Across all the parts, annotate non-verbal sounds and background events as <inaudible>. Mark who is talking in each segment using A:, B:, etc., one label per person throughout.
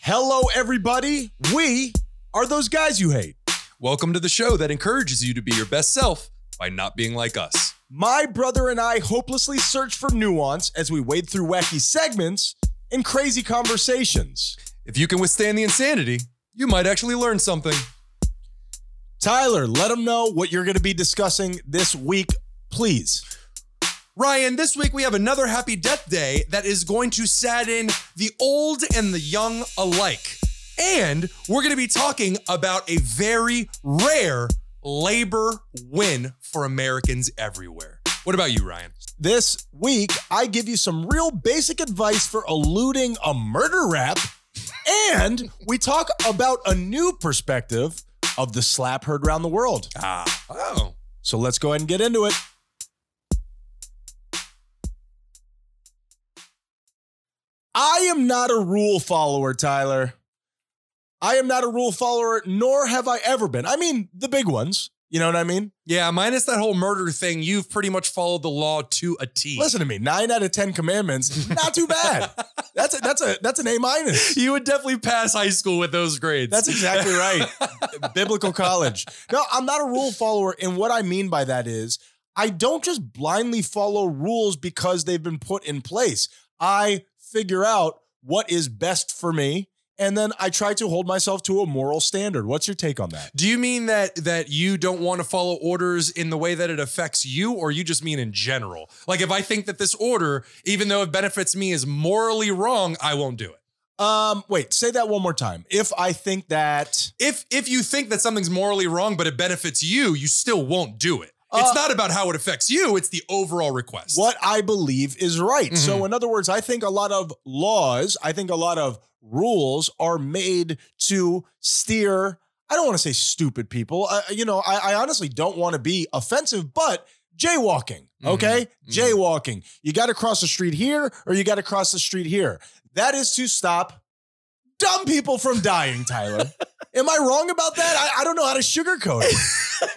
A: Hello, everybody. We are those guys you hate.
B: Welcome to the show that encourages you to be your best self by not being like us.
A: My brother and I hopelessly search for nuance as we wade through wacky segments and crazy conversations.
B: If you can withstand the insanity, you might actually learn something.
A: Tyler, let them know what you're going to be discussing this week, please.
B: Ryan, this week we have another happy death day that is going to sadden the old and the young alike. And we're going to be talking about a very rare labor win for Americans everywhere. What about you, Ryan?
A: This week, I give you some real basic advice for eluding a murder rap, and we talk about a new perspective of the slap heard around the world.
B: Ah, oh.
A: So let's go ahead and get into it. I am not a rule follower, Tyler. I am not a rule follower, nor have I ever been. I mean, the big ones. You know what I mean?
B: Yeah, minus that whole murder thing, you've pretty much followed the law to a T.
A: Listen to me. Nine out of ten commandments, not too
B: <laughs>
A: bad. that's a, that's a that's an A minus.
B: you would definitely pass high school with those grades.
A: That's exactly right. <laughs> Biblical college. No, I'm not a rule follower, and what I mean by that is I don't just blindly follow rules because they've been put in place. I figure out what is best for me, and then I try to hold myself to a moral standard. What's your take on that?
B: Do you mean that that you don't want to follow orders in the way that it affects you, or you just mean in general? Like if I think that this order, even though it benefits me, is morally wrong, I won't do it.
A: Um, wait, say that one more time. If I think that
B: If if you think that something's morally wrong but it benefits you, you still won't do it. It's
A: Uh,
B: not about how it affects you, it's the overall request.
A: what I believe is right. So, in other words, I think a lot of laws, I think a lot of rules are made to steer. I don't want to say stupid people. Uh, you know, I, I honestly don't want to be offensive, but jaywalking, okay?
B: Mhm.
A: Jaywalking. You got to cross the street here or you got to cross the street here. That is to stop dumb people from dying, Tyler. Am I wrong about that? I, I don't know how to sugarcoat it.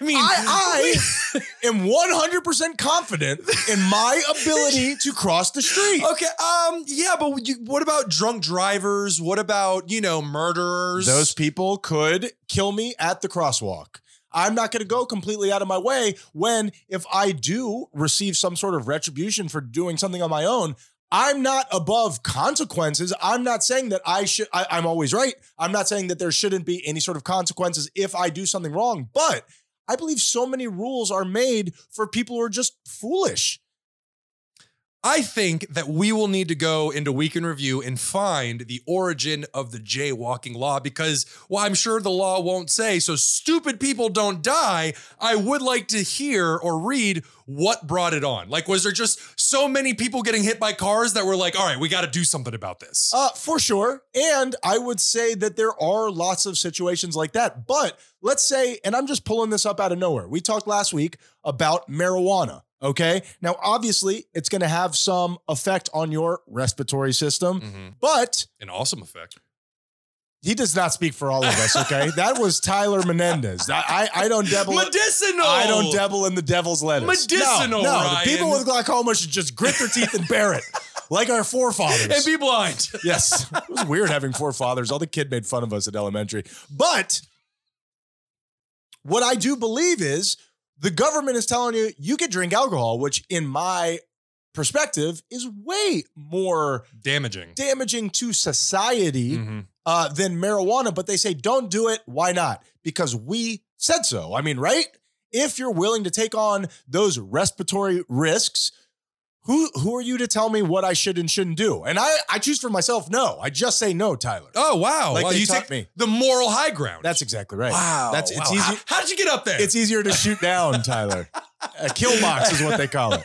B: <laughs> I mean, <laughs>
A: I, I am 100% confident in my ability to cross the street.
B: Okay, um, yeah, but you, what about drunk drivers? What about, you know, murderers?
A: Those people could kill me at the crosswalk. I'm not going to go completely out of my way when, if I do receive some sort of retribution for doing something on my own, I'm not above consequences. I'm not saying that I should, I, I'm always right. I'm not saying that there shouldn't be any sort of consequences if I do something wrong, but I believe so many rules are made for people who are just foolish.
B: I think that we will need to go into Week in Review and find the origin of the jaywalking law because, well, I'm sure the law won't say, so stupid people don't die. I would like to hear or read what brought it on. Like, was there just so many people getting hit by cars that were like, all right, we got to do something about this?
A: Uh, for sure. And I would say that there are lots of situations like that. But let's say, and I'm just pulling this up out of nowhere. We talked last week about marijuana. Okay. Now, obviously, it's going to have some effect on your respiratory system,
B: Mhm.
A: but
B: An awesome effect.
A: he does not speak for all of us.
B: <laughs>
A: Okay. that was Tyler Menendez. I, I, I don't dabble.
B: Medicinal.
A: I don't dabble in the devil's lettuce.
B: Medicinal,
A: No, no
B: Ryan.
A: the people with glaucoma should just grit their teeth and bear it, like our forefathers.
B: <laughs> And be blind.
A: Yes. It was weird having four fathers. All the kid made fun of us at elementary. But what I do believe is the government is telling you you can drink alcohol, which in my perspective is way more
B: Damaging.
A: damaging to society
B: Mhm.
A: uh, than marijuana, but they say don't do it. Why not? Because we said so. I mean, right? If you're willing to take on those respiratory risks, who who are you to tell me what I should and shouldn't do? And I I choose for myself. No, I just say no, Tyler.
B: Oh wow!
A: Like
B: Well,
A: they
B: you
A: taught
B: take
A: me.
B: the moral high ground.
A: That's exactly right.
B: wow.
A: That's it's
B: wow.
A: easy.
B: How, how did you get up there?
A: It's easier to shoot down, Tyler. A kill box is what they call
B: <laughs>
A: it.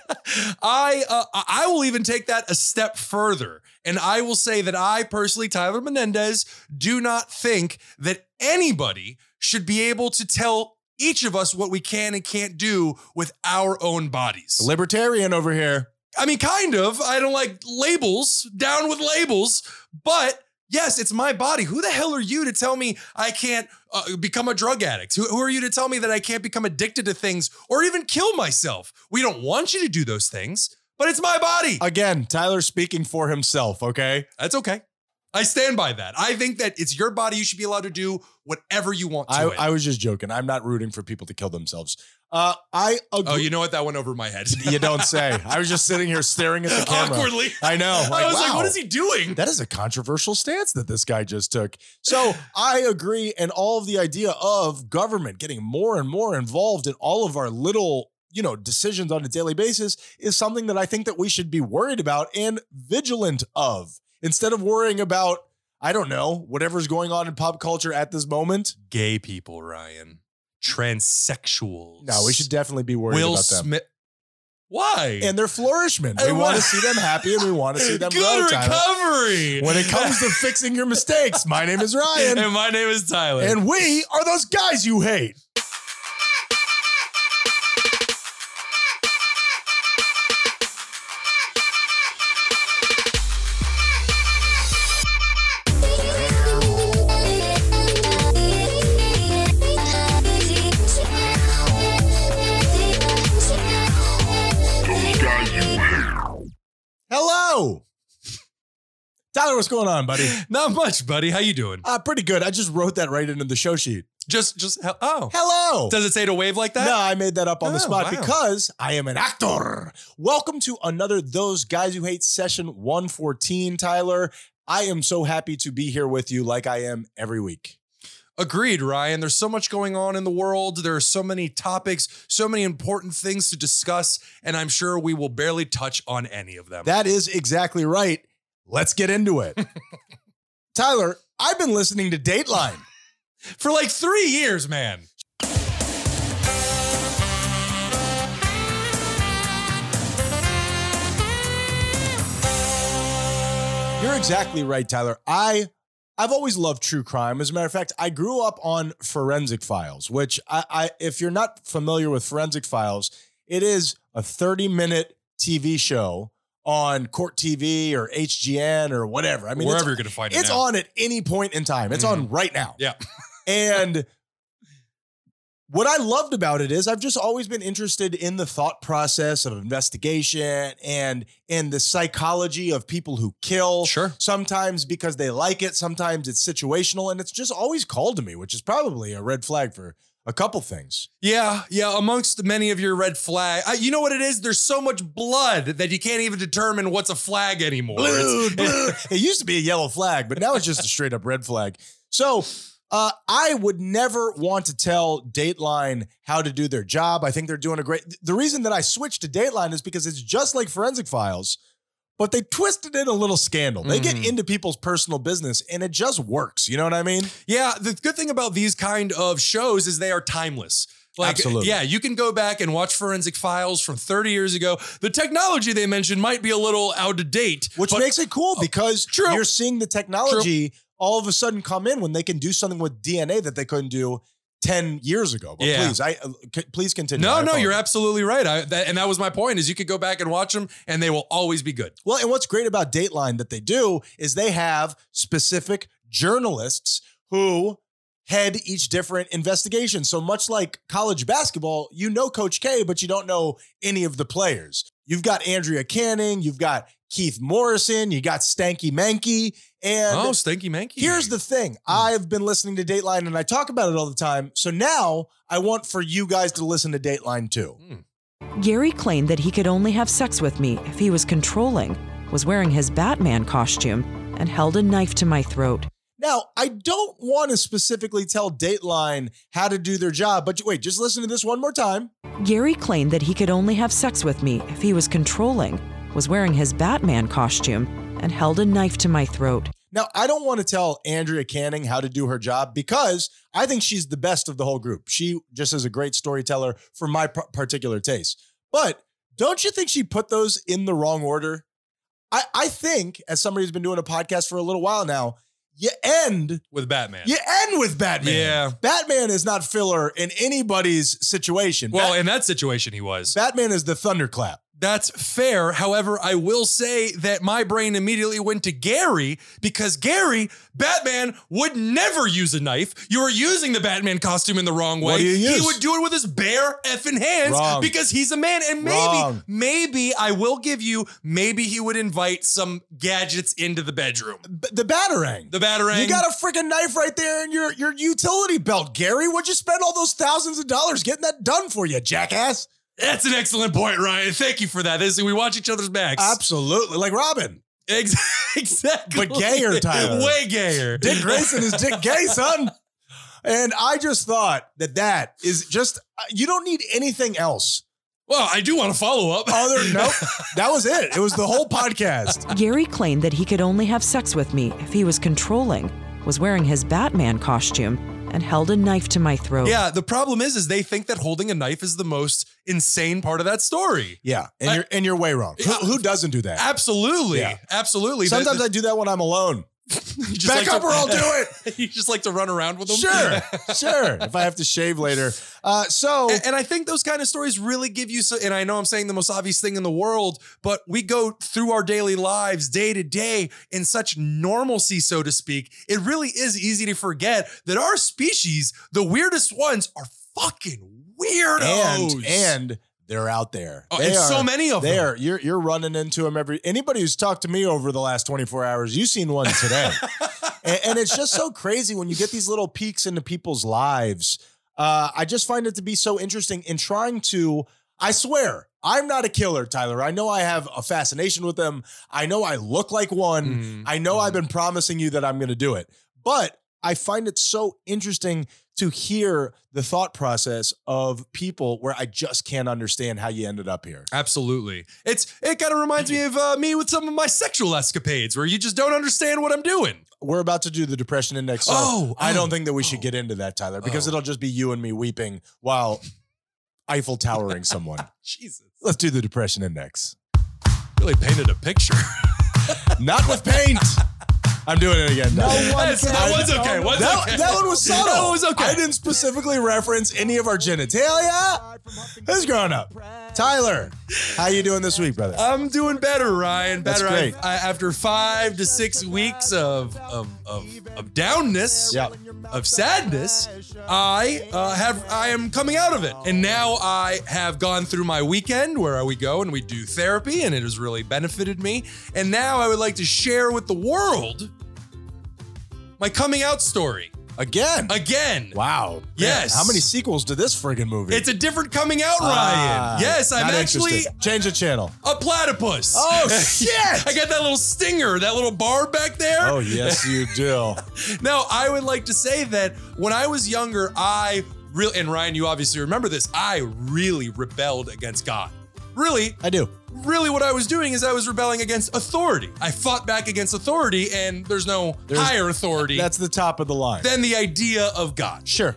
B: I uh, I I will even take that a step further, and I will say that I personally, Tyler Menendez, do not think that anybody should be able to tell each of us what we can and can't do with our own bodies.
A: Libertarian over here.
B: I mean, kind of. I don't like labels, down with labels, but yes, it's my body. Who the hell are you to tell me I can't uh, become a drug addict? Who, who are you to tell me that I can't become addicted to things or even kill myself? We don't want you to do those things, but it's my body.
A: Again, Tyler speaking for himself, okay?
B: That's okay. I stand by that. I think that it's your body. You should be allowed to do whatever you want to.
A: I,
B: it.
A: I was just joking. I'm not rooting for people to kill themselves. Uh, I agree.
B: oh, you know what? That went over my head.
A: you don't say. I was just sitting here staring <laughs> at the
B: <laughs>
A: camera.
B: Awkwardly.
A: I know.
B: I was like,
A: wow.
B: what is he doing?
A: That is a controversial stance that this guy just took. So I agree. And all of the idea of government getting more and more involved in all of our little you know decisions on a daily basis is something that i think that we should be worried about and vigilant of instead of worrying about i don't know whatever's going on in pop culture at this moment
B: Gay people, Ryan. Transsexuals.
A: no we should definitely be worried
B: Will
A: about them
B: Smith. Why?
A: and their flourishment we
B: And
A: want to
B: what-
A: see them happy and we want to
B: <laughs>
A: see them grow
B: Good
A: Tyler.
B: recovery.
A: when it
B: <laughs>
A: comes to fixing your mistakes my name is ryan
B: and my name is Tyler.
A: And we are those guys you hate.
C: Those guys you hate.
A: Hello. Tyler, what's going on,
B: <gasps>
A: buddy?
B: Not much, buddy. How you doing?
A: Uh, pretty good. I just wrote that right into the show sheet.
B: Just, just. Oh,
A: Hello.
B: does it say to wave like that?
A: No, I made that up on the
B: Oh,
A: spot
B: wow.
A: because I am an actor. Welcome to another Those Guys Who Hate session 114, Tyler. I am so happy to be here with you like I am every week.
B: Agreed, Ryan. There's so much going on in the world. There are so many topics, so many important things to discuss, and I'm sure we will barely touch on any of them.
A: That is exactly right. Let's get into it. Tyler, I've been listening to Dateline.
B: For like three years, man.
A: You're exactly right, Tyler. I I've always loved true crime. As a matter of fact, I grew up on Forensic Files, which I, I if you're not familiar with Forensic Files, it is a 30 minute TV show on Court TV or HGN or whatever. I mean,
B: Wherever
A: it's,
B: you're gonna find
A: it's
B: it. now. Mm-hmm.
A: on at any point in time. It's on right now.
B: Yeah.
A: <laughs> and what I loved about it is I've just always been interested in the thought process of investigation and and the psychology of people who kill.
B: Sure.
A: Sometimes because they like it, sometimes it's situational, and it's just always called to me, which is probably a red flag for a couple things.
B: Yeah, yeah. Amongst many of your red flag, I, you know what it is? There's so much blood that you can't even determine what's a flag anymore. It's- <laughs>
A: it used to be a yellow flag, but now it's just a straight up red flag. So uh, I would never want to tell Dateline how to do their job. I think they're doing a great. The reason that I switched to Dateline is because it's just like Forensic Files, but they twisted it a little scandal. They get
B: Mhm.
A: into people's personal business, and it just works. You know what I mean?
B: Yeah, the good thing about these kind of shows is they are timeless. Like,
A: Absolutely.
B: yeah, you can go back and watch Forensic Files from 30 years ago. The technology they mentioned might be a little out of date,
A: Which
B: but oh,
A: makes it cool because
B: True.
A: you're seeing the technology all of a sudden come in when they can do something with DNA that they couldn't do ten years ago. But
B: Yeah.
A: please, I uh, c- please continue.
B: no,
A: I
B: no, you're
A: apologize.
B: absolutely right. I, that, and that was my point: is you could go back and watch them, and they will always be good.
A: Well, and what's great about Dateline that they do is they have specific journalists who head each different investigation. So much like college basketball, you know Coach K, but you don't know any of the players. You've got Andrea Canning, you've got Keith Morrison, you got Stanky Mankey, and
B: oh, Stinky Mankey. Hmm.
A: Here's the thing. I've been listening to Dateline and I talk about it all the time. So now I want for you guys to listen to Dateline too.
D: Gary claimed that he could only have sex with me if he was controlling, was wearing his Batman costume, and held a knife to my throat.
A: Now, I don't want to specifically tell Dateline how to do their job, but wait, just listen to this one more time.
D: Gary claimed that he could only have sex with me if he was controlling, was wearing his Batman costume, and held a knife to my throat.
A: Now, I don't want to tell Andrea Canning how to do her job because I think she's the best of the whole group. She just is a great storyteller for my par- particular taste. But don't you think she put those in the wrong order? I, I think, as somebody who's been doing a podcast for a little while now, you end
B: with Batman.
A: you end with Batman.
B: Yeah.
A: Batman is not filler in anybody's situation.
B: Well,
A: Bat-
B: in that situation, he was.
A: Batman is the thunderclap.
B: That's fair. However, I will say that my brain immediately went to Gary because Gary, Batman would never use a knife. You were using the Batman costume in the wrong way.
A: What do you
B: He
A: use?
B: would do it with his bare effing hands
A: Wrong.
B: because he's a man. And maybe,
A: Wrong.
B: maybe I will give you, maybe he would invite some gadgets into the bedroom.
A: B- the batarang.
B: The batarang.
A: You got a freaking knife right there in your your utility belt, Gary. What'd you spend all those thousands of dollars getting that done for you, jackass?
B: That's an excellent point, Ryan. Thank you for that. This we watch each other's backs.
A: Absolutely, like Robin.
B: <laughs> Ex- exactly.
A: But gayer, Tyler.
B: Way
A: <laughs>
B: gayer.
A: Dick Grayson is Dick Gay, son. And I just thought that that is just you don't need anything else.
B: <laughs> Well, I do want to follow up.
A: <laughs> Other nope, that was it. It was the whole podcast.
D: Gary claimed that he could only have sex with me if he was controlling, was wearing his Batman costume, and held a knife to my
A: Oh.
D: throat.
B: Yeah, the problem is, is they think that holding a knife is the most insane part of that story.
A: Yeah, and
B: I-
A: you're and you're way wrong. Who, who doesn't do that?
B: Absolutely,
A: Yeah.
B: absolutely. That-
A: Sometimes I do that when I'm alone.
B: <laughs> you just
A: Back
B: like
A: up
B: to-
A: or I'll do it.
B: <laughs> you just like to run around with
A: <laughs>
B: them.
A: Sure, <laughs> sure. If I have to shave later, uh, so
B: <laughs> And, and I think those kind of stories really give you. So, and I know I'm saying the most obvious thing in the world, but we go through our daily lives day to day in such normalcy, so to speak. It really is easy to forget that our species, the weirdest ones, are fucking
A: and
B: weirdos.
A: and they're out there.
B: Oh,
A: They
B: and so
A: are-
B: many of
A: They
B: them.
A: are you're you're running into them every. Anybody who's talked to me over the last 24 hours, you've seen one
B: <laughs>
A: today, and, and it's just so crazy when you get these little peeks into people's lives. Uh, I just find it to be so interesting in trying to. I swear, I'm not a killer, Tyler. I know I have a fascination with them. I know I look like one.
B: Mm,
A: I know
B: mm.
A: I've been promising you that I'm going to do it, but I find it so interesting to hear the thought process of people where I just can't understand how you ended up here.
B: Absolutely. It's it kind of reminds me of uh, me with some of my sexual escapades where you just don't understand what I'm doing.
A: We're about to do the depression index. So
B: Oh,
A: I don't
B: oh,
A: think that we should
B: oh.
A: get into that, Tyler, because
B: Oh.
A: it'll just be you and me weeping while Eiffel towering
B: <laughs>
A: someone.
B: Jesus.
A: Let's do the depression index.
B: Really painted a picture. <laughs>
A: Not with paint. I'm doing it again. Tyler.
B: That's- that one's okay. One's
A: That,
B: okay.
A: that one was subtle.
B: That one was okay.
A: I didn't
B: <laughs>
A: specifically reference any of our genitalia. Who's grown up? Tyler, how you doing this week, brother?
B: I'm doing better, Ryan.
A: That's
B: Better.
A: great.
B: I, I, after five to six weeks of of of, of downness,
A: Yeah.
B: of sadness, I uh, have I am coming out of it, and now I have gone through my weekend where we go and we do therapy, and it has really benefited me. And now I would like to share with the world my coming out story
A: Again.
B: again.
A: Wow. Man,
B: Yes.
A: how many sequels to this friggin' movie?
B: It's a different coming out, Ryan.
A: Ah,
B: yes, I'm
A: not
B: actually
A: interested. Change the channel.
B: a platypus. <laughs>
A: Oh, shit.
B: I got that little stinger, that little bar back there.
A: Oh, yes, you do.
B: Now, I would like to say that when I was younger, I really, and Ryan, you obviously remember this, I really rebelled against God. Really,
A: I do.
B: really, what I was doing is I was rebelling against authority. I fought back against authority, and there's no
A: There's-
B: higher authority
A: That's the top of the line.
B: than the idea of God.
A: sure.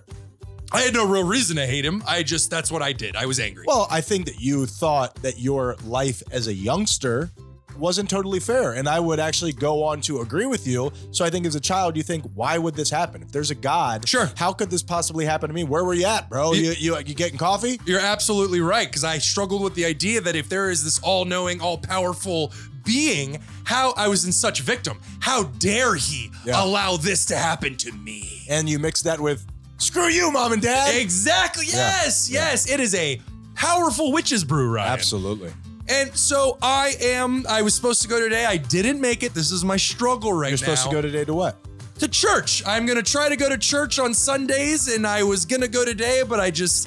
B: I had no real reason to hate him. I just, that's what I did. I was angry.
A: Well, I think that you thought that your life as a youngster wasn't totally fair. And I would actually go on to agree with you. So I think as a child, you think, why would this happen? If there's a God,
B: Sure.
A: how could this possibly happen to me? Where were you at, bro? You
B: You-
A: you, you getting coffee?
B: You're absolutely right because I struggled with the idea that if there is this all-knowing, all-powerful being, how I was in such victim. How dare he
A: Yeah.
B: allow this to happen to me?
A: And you mix that with screw you, mom and dad.
B: Exactly.
A: Yeah.
B: Yes. Yes. It is a powerful witch's brew, right?
A: Absolutely.
B: And so I am. I was supposed to go today. I didn't make it. This is my struggle right
A: You're
B: now.
A: supposed to go today to what?
B: to church. I'm gonna try to go to church on Sundays, and I was gonna go today, but I just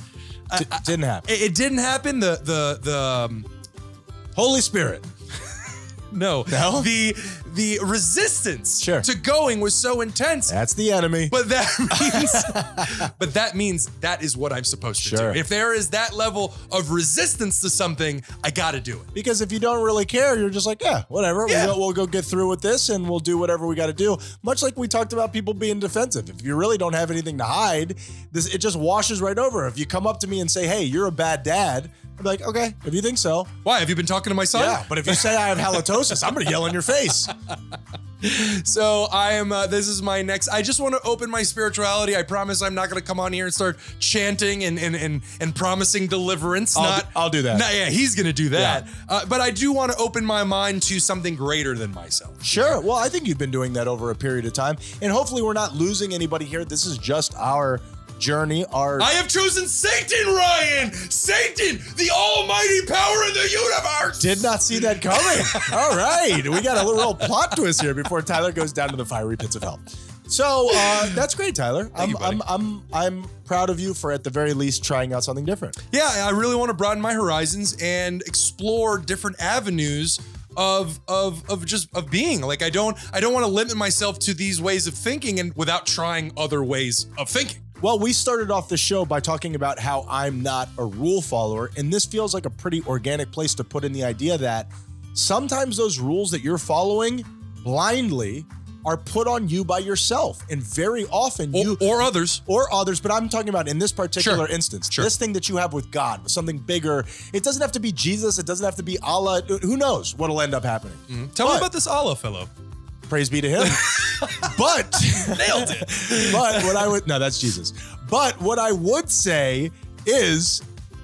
A: D- didn't happen.
B: it, it didn't happen. The the the. um,
A: Holy Spirit.
B: No.
A: <laughs> No?
B: The the resistance
A: Sure.
B: to going was so intense.
A: That's the enemy.
B: But that <laughs> means but that means that is what I'm supposed to
A: Sure.
B: do. If there is that level of resistance to something, I got to do it.
A: because if you don't really care, you're just like, yeah, whatever.
B: Yeah.
A: We'll, go, we'll go get through with this and we'll do whatever we got to do. Much like we talked about people being defensive. If you really don't have anything to hide, this it just washes right over. If you come up to me and say, hey, you're a bad dad, I'm like, okay, if you think so. <laughs>
B: Why have you been talking to my son? <laughs>
A: Yeah. But if you say I have halitosis, I'm going to yell in your face.
B: So I am. Uh, this is my next. I just want to open my spirituality. I promise I'm not going to come on here and start chanting and and and, and promising deliverance.
A: I'll,
B: not.
A: I'll do that.
B: No, yeah, he's gonna do that. Uh, but I do want to open my mind to something greater than myself.
A: Sure. Well, I think you've been doing that over a period of time, and hopefully, we're not losing anybody here. This is just our journey. Our
B: I have chosen Satan, Ryan. Satan, the almighty power in the universe.
A: did not see that
B: <laughs>
A: coming. All right, we got a little plot twist here before Tyler goes down to the fiery pits of hell. So uh, that's great, Tyler. I'm,
B: you, buddy.
A: I'm I'm I'm proud of you for at the very least trying out something different.
B: Yeah, I really want to broaden my horizons and explore different avenues of of of just of being. Like I don't I don't want to limit myself to these ways of thinking and without trying other ways of thinking.
A: Well, we started off the show by talking about how I'm not a rule follower, and this feels like a pretty organic place to put in the idea that sometimes those rules that you're following blindly are put on you by yourself, and very often
B: Or,
A: you
B: or others.
A: or others, but I'm talking about in this particular
B: Sure.
A: instance,
B: Sure.
A: this thing that you have with God, with something bigger. It doesn't have to be Jesus. It doesn't have to be Allah. Who knows what'll end up happening?
B: Tell me
A: But-
B: about this Allah fellow.
A: Praise be to
B: <laughs>
A: Him. but
B: Nailed it.
A: <laughs> but what I would no, that's Jesus. But what I would say is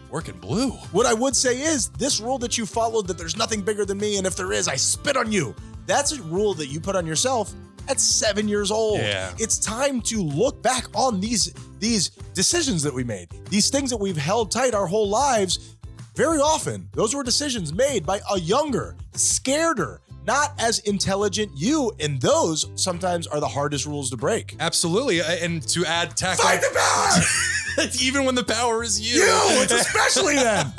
B: Working blue.
A: what I would say is this rule that you followed that there's nothing bigger than me, and if there is, I spit on you. That's a rule that you put on yourself at seven years old.
B: Yeah.
A: It's time to look back on these these decisions that we made, these things that we've held tight our whole lives. Very often, those were decisions made by a younger, scareder, not as intelligent you, and those sometimes are the hardest rules to break.
B: Absolutely. I- And to add tack
A: Fight the power!
B: <laughs> even when the power is you.
A: You, it's especially them.
B: <laughs>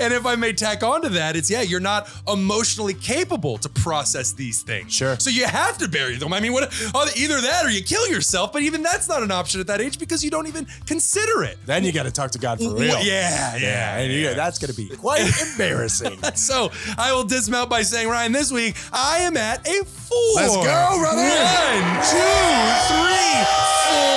B: and if I may tack onto that, it's yeah, you're not emotionally capable to process these things.
A: Sure.
B: So you have to bury them. I mean, what oh, either that or you kill yourself, but even that's not an option at that age because you don't even consider it.
A: Then you got to talk to God for
B: Wh-
A: real.
B: Yeah, yeah.
A: and you-
B: yeah.
A: that's going to be quite
B: <laughs>
A: embarrassing.
B: So I will dismount by saying, Ryan, this week I am at a four.
A: Let's go, brother.
B: One, two,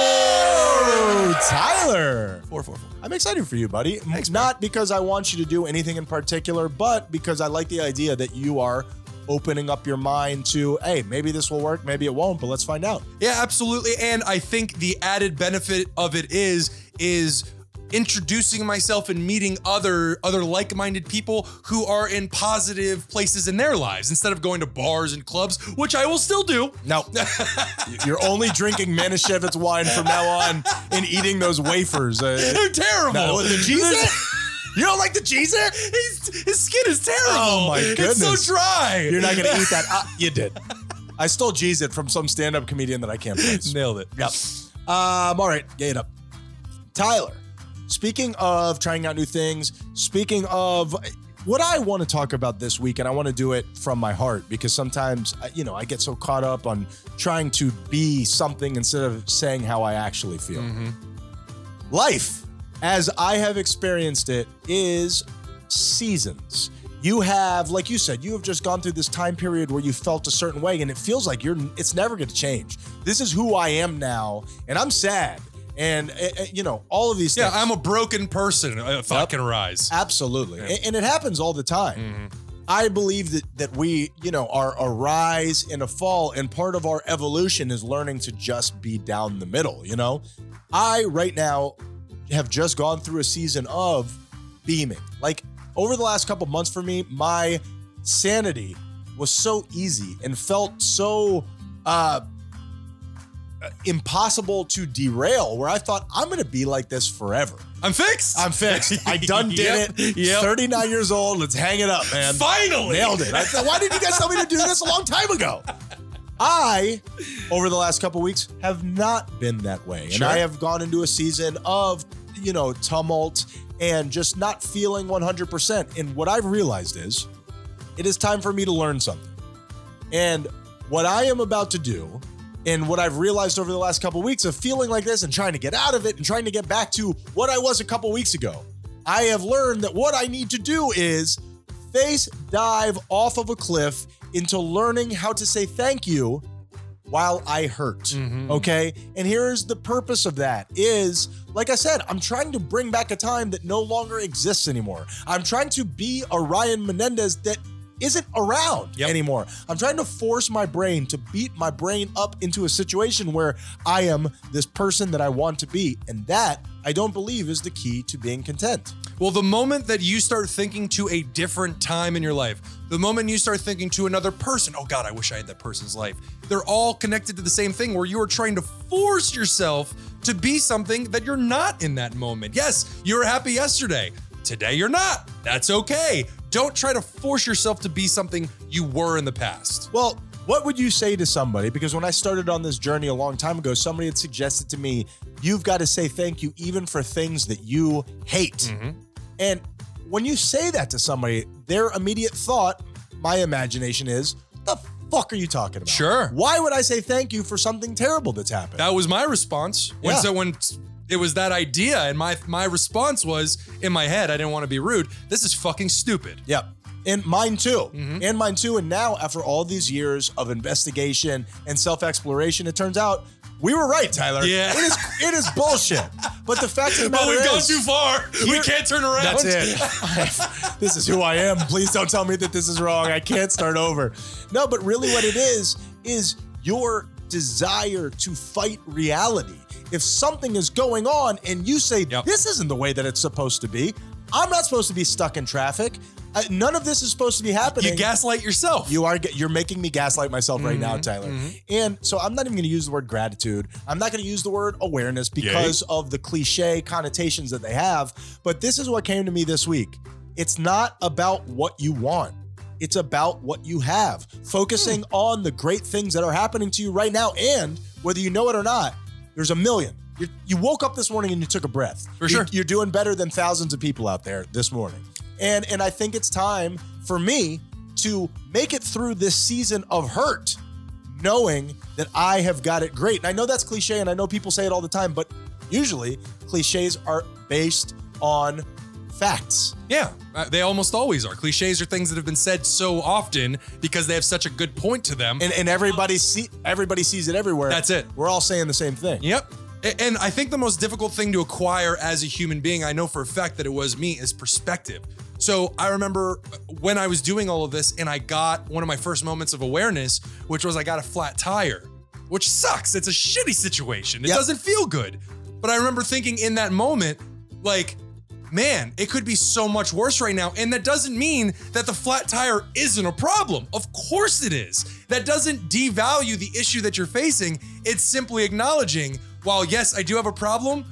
A: Oh, Tyler.
B: three, four. Four, four, four.
A: I'm excited for you, buddy. Not because I want you to do anything in particular, but because I like the idea that you are opening up your mind to, hey, maybe this will work, maybe it won't, but let's find out.
B: Yeah, absolutely. And I think the added benefit of it is is introducing myself and meeting other other like-minded people who are in positive places in their lives instead of going to bars and clubs, which I will still do.
A: No, you're only drinking Manischewitz wine from now on and eating those wafers. Uh,
B: <laughs> <laughs> They're terrible.
A: No, the Jesus? <laughs> you don't like the Jesus?
B: His, his skin is terrible.
A: Oh, my
B: It's
A: goodness.
B: so dry.
A: You're not going to eat that. Uh, you did. I stole Jeez it from some stand up comedian that I can't
B: <laughs>
A: place.
B: nailed it.
A: Yep. Um, all right, get it up. Tyler, speaking of trying out new things, speaking of what I want to talk about this week, and I want to do it from my heart because sometimes, I- you know, I get so caught up on trying to be something instead of saying how I actually feel. Life, as I have experienced it, is seasons. You have, like you said, you have just gone through this time period where you felt a certain way, and it feels like you're. It's never going to change. This is who I am now, and I'm sad, and uh, uh, you know all of these.
B: Yeah,
A: things.
B: I'm a broken person uh, if I
A: Yep.
B: can rise.
A: Absolutely. A- And, it happens all the time. I believe that that we, you know, are a rise and a fall, and part of our evolution is learning to just be down the middle, you know? I right now have just gone through a season of beaming. Like over the last couple months for me, my sanity was so easy and felt so uh impossible to derail where I thought I'm gonna be like this forever.
B: I'm fixed.
A: I'm fixed. I done did
B: Yep,
A: it.
B: yep.
A: 39 years old. Let's hang it up, man.
B: Finally.
A: Nailed it. I said, why didn't you guys tell me to do this a long time ago? I, over the last couple weeks, have not been that way. And
B: Sure.
A: I have gone into a season of, you know, tumult and just not feeling 100%. And what I've realized is it is time for me to learn something. And what I am about to do, and what I've realized over the last couple weeks of feeling like this and trying to get out of it and trying to get back to what I was a couple weeks ago, I have learned that what I need to do is face dive off of a cliff into learning how to say thank you while I hurt.
B: Mhm.
A: Okay? And here's the purpose of that is like I said, I'm trying to bring back a time that no longer exists anymore. I'm trying to be a Ryan Menendez that isn't around
B: Yep.
A: anymore. I'm trying to force my brain to beat my brain up into a situation where I am this person that I want to be. And that I don't believe is the key to being content.
B: Well, the moment that you start thinking to a different time in your life, the moment you start thinking to another person, oh God, I wish I had that person's life, they're all connected to the same thing where you are trying to force yourself to be something that you're not in that moment. Yes, you were happy yesterday. Today you're not. That's okay. Don't try to force yourself to be something you were in the past.
A: Well, what would you say to somebody? Because when I started on this journey a long time ago, somebody had suggested to me, you've got to say thank you even for things that you hate. And when you say that to somebody, their immediate thought, my imagination is, the fuck are you talking about?
B: Sure.
A: Why would I say thank you for something terrible that's happened?
B: That was my response. When
A: Yeah.
B: so when it was that idea, and my my response was in my head, I didn't want to be rude. This is fucking stupid.
A: Yep. And mine too.
B: Mm-hmm.
A: And mine too. And now, after all these years of investigation and self exploration, it turns out we were right, Tyler.
B: Yeah.
A: It is, it is bullshit. But the fact of the
B: But
A: matter
B: we've gone
A: is,
B: too far. <laughs> we can't turn around.
A: That's it. <laughs> this is who I am. Please don't tell me that this is wrong. I can't start over. No, but really what it is is your desire to fight reality. If something is going on and you say
B: Yep.
A: this isn't the way that it's supposed to be, I'm not supposed to be stuck in traffic. Uh, none of this is supposed to be happening.
B: You gaslight yourself.
A: You are you're making me gaslight myself right
B: Mm-hmm.
A: now, Tyler. And so I'm not even going to use the word gratitude. I'm not going to use the word awareness because of the cliche connotations that they have. But this is what came to me this week. It's not about what you want. It's about what you have. Focusing
B: Hmm.
A: on the great things that are happening to you right now and whether you know it or not, there's a million. You're, you woke up this morning and you took a breath.
B: For
A: You-
B: sure.
A: you're doing better than thousands of people out there this morning. And and I think it's time for me to make it through this season of hurt knowing that I have got it great. And I know that's cliche and I know people say it all the time, but usually clichés are based on facts.
B: yeah, uh, they almost always are. Cliches are things that have been said so often because they have such a good point to them.
A: And and everybody see everybody sees it everywhere.
B: That's it.
A: We're all saying the same thing.
B: Yep. A- And I think the most difficult thing to acquire as a human being, I know for a fact that it was me, is perspective. So I remember when I was doing all of this and I got one of my first moments of awareness, which was I got a flat tire, which sucks. It's a shitty situation. It
A: Yep.
B: doesn't feel good. But I remember thinking in that moment, like, man, it could be so much worse right now. And that doesn't mean that the flat tire isn't a problem. Of course it is. That doesn't devalue the issue that you're facing. It's simply acknowledging, while yes, I do have a problem,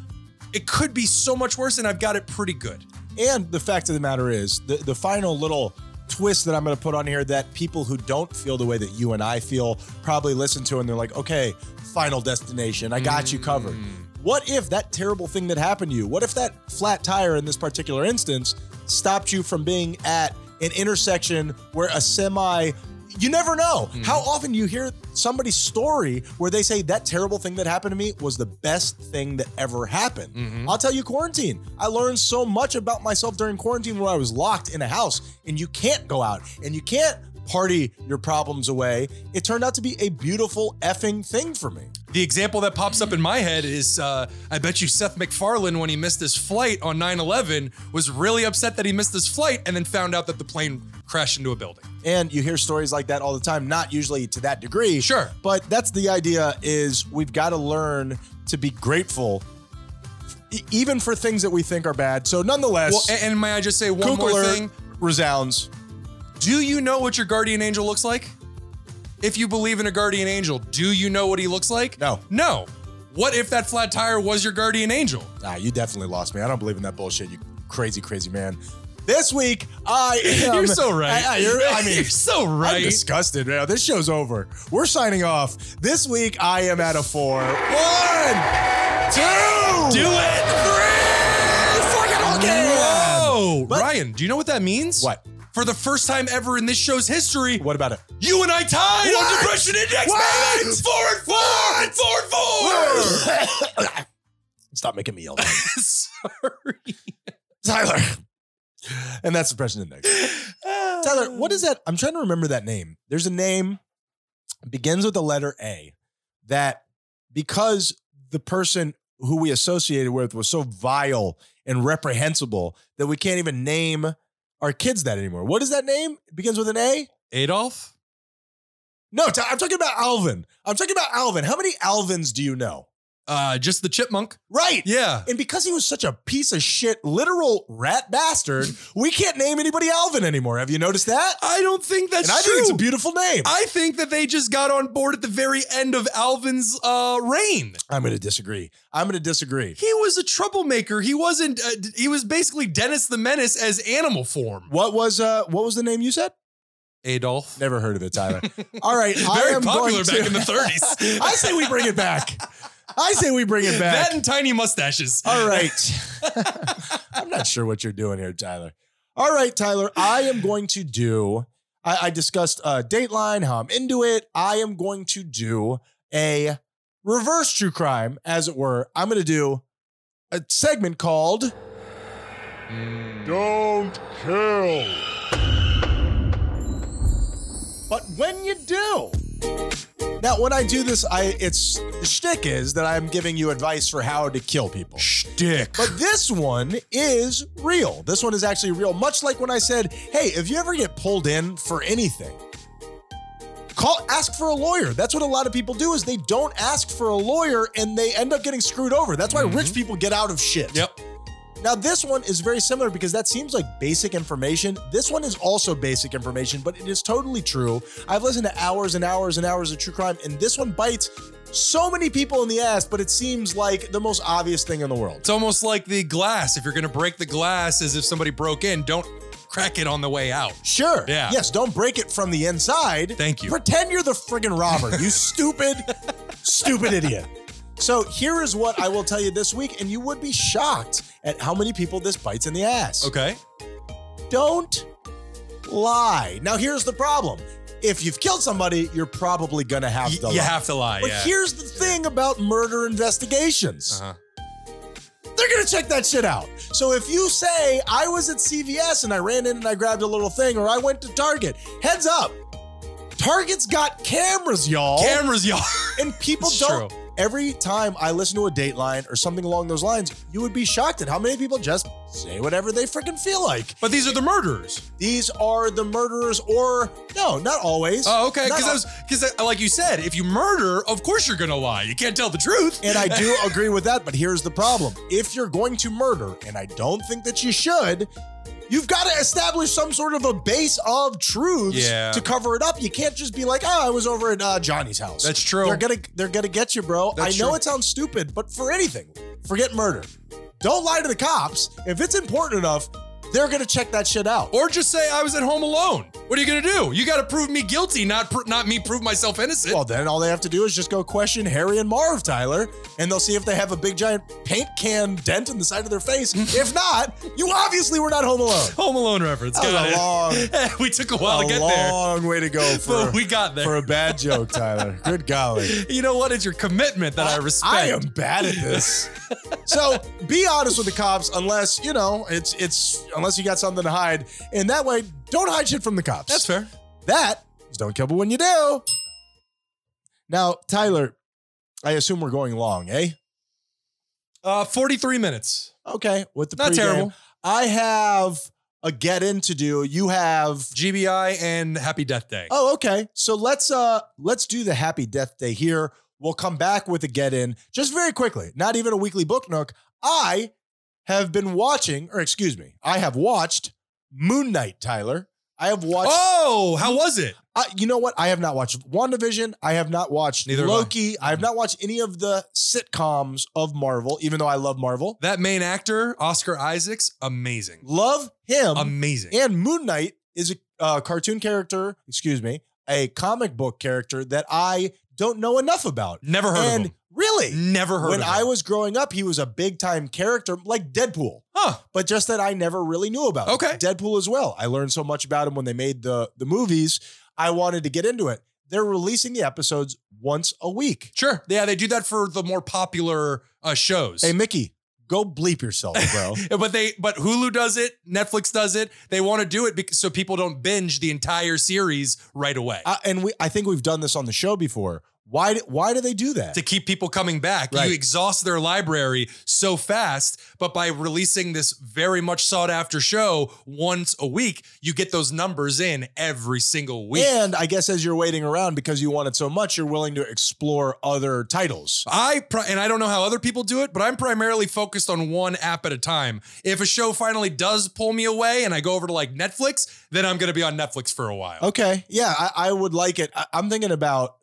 B: it could be so much worse and I've got it pretty good.
A: And the fact of the matter is, the, the final little twist that I'm going to put on here that people who don't feel the way that you and I feel probably listen to and they're like, okay, final destination, I got you covered. What if that terrible thing that happened to you, what if that flat tire in this particular instance stopped you from being at an intersection where a semi you never know. How often do you hear somebody's story where they say that terrible thing that happened to me was the best thing that ever happened? I'll tell you, quarantine. I learned so much about myself during quarantine where I was locked in a house and you can't go out and you can't party your problems away. It turned out to be a beautiful effing thing for me.
B: The example that pops up in my head is uh, I bet you Seth MacFarlane, when he missed his flight on 9 11, was really upset that he missed his flight and then found out that the plane crashed into a building.
A: and you hear stories like that all the time not usually to that degree
B: Sure.
A: but that's the idea is we've got to learn to be grateful e- even for things that we think are bad so nonetheless
B: Well, and, and may I just say one
A: Kook
B: more
A: alert
B: thing?
A: resounds
B: Do you know what your guardian angel looks like? If you believe in a guardian angel, do you know what he looks like?
A: No.
B: No. What if that flat tire was your guardian
A: <laughs>
B: angel?
A: nah Ah, you definitely lost me i don't believe in that bullshit you crazy crazy man this week i am
B: <laughs> you're so right.
A: I, I- you're-
B: <laughs>
A: I mean
B: you're so
A: I'm
B: right.
A: disgusted now. This show's over. We're signing off. This week, I am at a four. One, two,
B: Do it.
A: fucking okay.
B: Whoa,
A: But-
B: Ryan. Do you know what that means?
A: What?
B: For the first time ever in this show's history,
A: What about it?
B: you and I tied on
A: What?
B: depression index,
A: What?
B: baby. Four and four. and Four and four. <laughs>
A: Stop making me yell.
B: Sorry.
A: Tyler. And that's depression index. Tyler, what is that? I'm trying to remember that name. There's a name begins with the letter A that because the person who we associated with was so vile and reprehensible that we can't even name our kids that anymore. What is that name? It begins with an A?
B: Adolf?
A: No, i I'm talking about Alvin. I'm talking about Alvin. How many Alvins do you know?
B: Uh, just the chipmunk.
A: Right.
B: Yeah.
A: And because he was such a piece of shit, literal rat bastard, we can't name anybody Alvin anymore. Have you noticed that?
B: I don't think that's
A: and I
B: true.
A: think it's a beautiful name.
B: I think that they just got on board at the very end of Alvin's uh, reign.
A: I'm going to disagree. I'm going to disagree.
B: He was a troublemaker. He wasn't. Uh, d- he was basically Dennis the Menace as animal form.
A: What was uh what was the name you said?
B: Adolf.
A: Never heard of it,
B: <laughs>
A: Tyler. All right, I
B: Very
A: am
B: popular
A: going
B: back
A: to-
B: in the
A: <laughs>
B: 30s.
A: I say we bring it back. I say we bring it back.
B: That and tiny mustaches.
A: All right. <laughs> I'm not sure what you're doing here, Tyler. All right, Tyler. I am going to do. I, I discussed uh, Dateline, how I'm into it. I am going to do a reverse true crime, as it were. I'm going to do a segment called
C: Don't kill.
A: But When You Do. Now, when I do this, I it's the shtick is that I'm giving you advice for how to kill people.
B: Shtick.
A: But this one is real. This one is actually real. Much like when I said, hey, if you ever get pulled in for anything, call ask for a lawyer. That's what a lot of people do is they don't ask for a lawyer and they end up getting screwed over. That's why rich people get out of shit.
B: Yep.
A: Now this one is very similar because that seems like basic information. This one is also basic information, but it is totally true. I've listened to hours and hours and hours of true crime and this one bites so many people in the ass, but it seems like the most obvious thing in the world.
B: It's almost like the glass. If you're going to break the glass as if somebody broke in, don't crack it on the way out.
A: Sure.
B: Yeah.
A: Yes, don't break it from the inside.
B: Thank you.
A: Pretend you're the friggin' robber,
B: <laughs>
A: you stupid, stupid idiot. So here is what I will tell you this week, and you would be shocked at how many people this bites in the ass.
B: Okay.
A: Don't lie. Now here's the problem. If you've killed somebody, you're probably gonna have
B: Y-
A: to
B: you
A: lie.
B: have to lie.
A: but
B: yeah.
A: here's the thing about murder investigations
B: uh-huh.
A: they're gonna check that shit out. So if you say I was at CVS and I ran in and I grabbed a little thing, or I went to Target, heads up, Target's got cameras, y'all,
B: Cameras, y'all. <laughs>
A: and people
B: It's
A: don't. Every time I listen to a Dateline or something along those lines, you would be shocked at how many people just say whatever they freaking feel like.
B: But these are the murderers.
A: These are the murderers, or no, not always.
B: Oh, okay.
A: Not
B: Because I was because like you said, if you murder, of course you're gonna lie. You can't tell the truth.
A: And I
B: <laughs>
A: do agree with that, but here's the problem. If you're going to murder, and I don't think that you should, you've got to establish some sort of a base of truths
B: Yeah.
A: to cover it up. You can't just be like, "Oh, I was over at uh, Johnny's house."
B: That's true.
A: They're gonna they're gonna get you, bro.
B: That's
A: I know
B: true.
A: it sounds stupid, but for anything, forget murder. Don't lie to the cops. If it's important enough, they're gonna check that shit out.
B: or just say I was at home alone. What are you gonna do? You gotta prove me guilty, not pr- not me prove myself innocent.
A: Well, then all they have to do is just go question Harry and Marv, Tyler, and they'll see if they have a big giant paint can dent in the side of their
B: <laughs>
A: face. if not, you obviously were not home alone.
B: home Alone reference.
A: That was
B: Got
A: a
B: it. <laughs>
A: long-
B: we took a while
A: a
B: to get there,
A: long way to go for,
B: <laughs> but we got there.
A: for a bad joke,
B: <laughs>
A: Tyler. Good golly.
B: you know what? It's your commitment that I, respect.
A: I am bad at this.
B: <laughs>
A: so be honest with the cops, unless you know it's it's unless you got something to hide, and that way don't hide shit from the cops.
B: That's fair.
A: That is don't kill, but when you do. Now, Tyler, I assume we're going long, eh?
B: Uh, 43 minutes.
A: Okay, with the
B: Not
A: pregame.
B: terrible.
A: I have a get in to do. You have
B: GBI and Happy Death Day.
A: oh, okay. So let's uh let's do the happy death day here. We'll come back with a get in just very quickly. Not even a weekly book nook. I have been watching, or excuse me, I have watched Moon Knight, Tyler. I have watched.
B: Oh, how was it?
A: I- you know what? I have not watched WandaVision. I have not watched
B: Neither have I.
A: Loki. I. have not watched any of the sitcoms of Marvel, even though I love Marvel.
B: That main actor, Oscar Isaacs, amazing.
A: Love him.
B: amazing.
A: And Moon Knight is a uh, cartoon character, excuse me, a comic book character that I don't know enough about.
B: Never heard
A: and
B: of
A: really,
B: him. Never heard
A: when
B: of him.
A: I was growing up, he was a big time character like Deadpool,
B: Huh.
A: but just that I never really knew about. him.
B: Okay.
A: Deadpool as well. I learned so much about him when they made the the movies. I wanted to get into it. They're releasing the episodes once a week.
B: Sure. Yeah, they do that for the more popular uh, shows.
A: Hey Mickey, go bleep yourself,
B: <laughs>
A: bro.
B: but they but Hulu does it, Netflix does it. They want to do it because, so people don't binge the entire series right away.
A: uh, and we I think we've done this on the show before. Why? d- Why do they do that?
B: to keep people coming back.
A: Right.
B: You exhaust their library so fast, but by releasing this very much sought after show once a week, you get those numbers in every single week.
A: and I guess as you're waiting around because you want it so much, you're willing to explore other titles.
B: I pri- and I don't know how other people do it, but I'm primarily focused on one app at a time. If a show finally does pull me away and I go over to like Netflix, then I'm going to be on Netflix for a while.
A: Okay, yeah, I, I would like it. I, I'm thinking about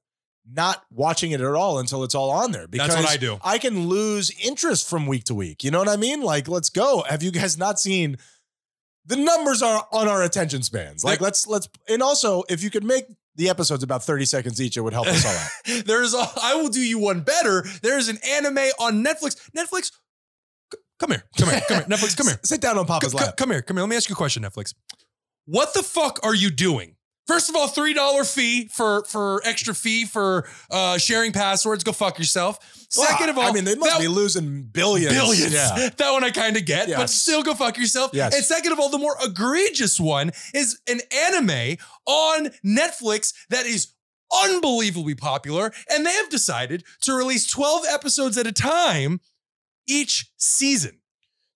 A: not watching it at all until it's all on there because
B: That's what I do.
A: I can lose interest from week to week. You know what I mean? Like, let's go. Have you guys not seen? The numbers are on our attention spans. Like,
B: There-
A: let's let's and also if you could make the episodes about 30 seconds each, it would help us all out.
B: There's a, I will do you one better. There's an anime on Netflix. Netflix, c- come here, come here,
A: <laughs>
B: come here. Netflix, <laughs> come here.
A: Sit down on Papa's
B: C- c-
A: lap.
B: come here, come here. Let me ask you a question, Netflix. What the fuck are you doing? First of all, three dollar fee for for extra fee for uh, sharing passwords. Go fuck yourself. Second
A: Well,
B: of all,
A: I mean, they must
B: that-
A: be losing billions.
B: billions.
A: Yeah.
B: That one I kind of get, but
A: Yes.
B: still go fuck yourself.
A: Yes.
B: And second of all, the more egregious one is an anime on Netflix that is unbelievably popular, and they have decided to release 12 episodes at a time each season.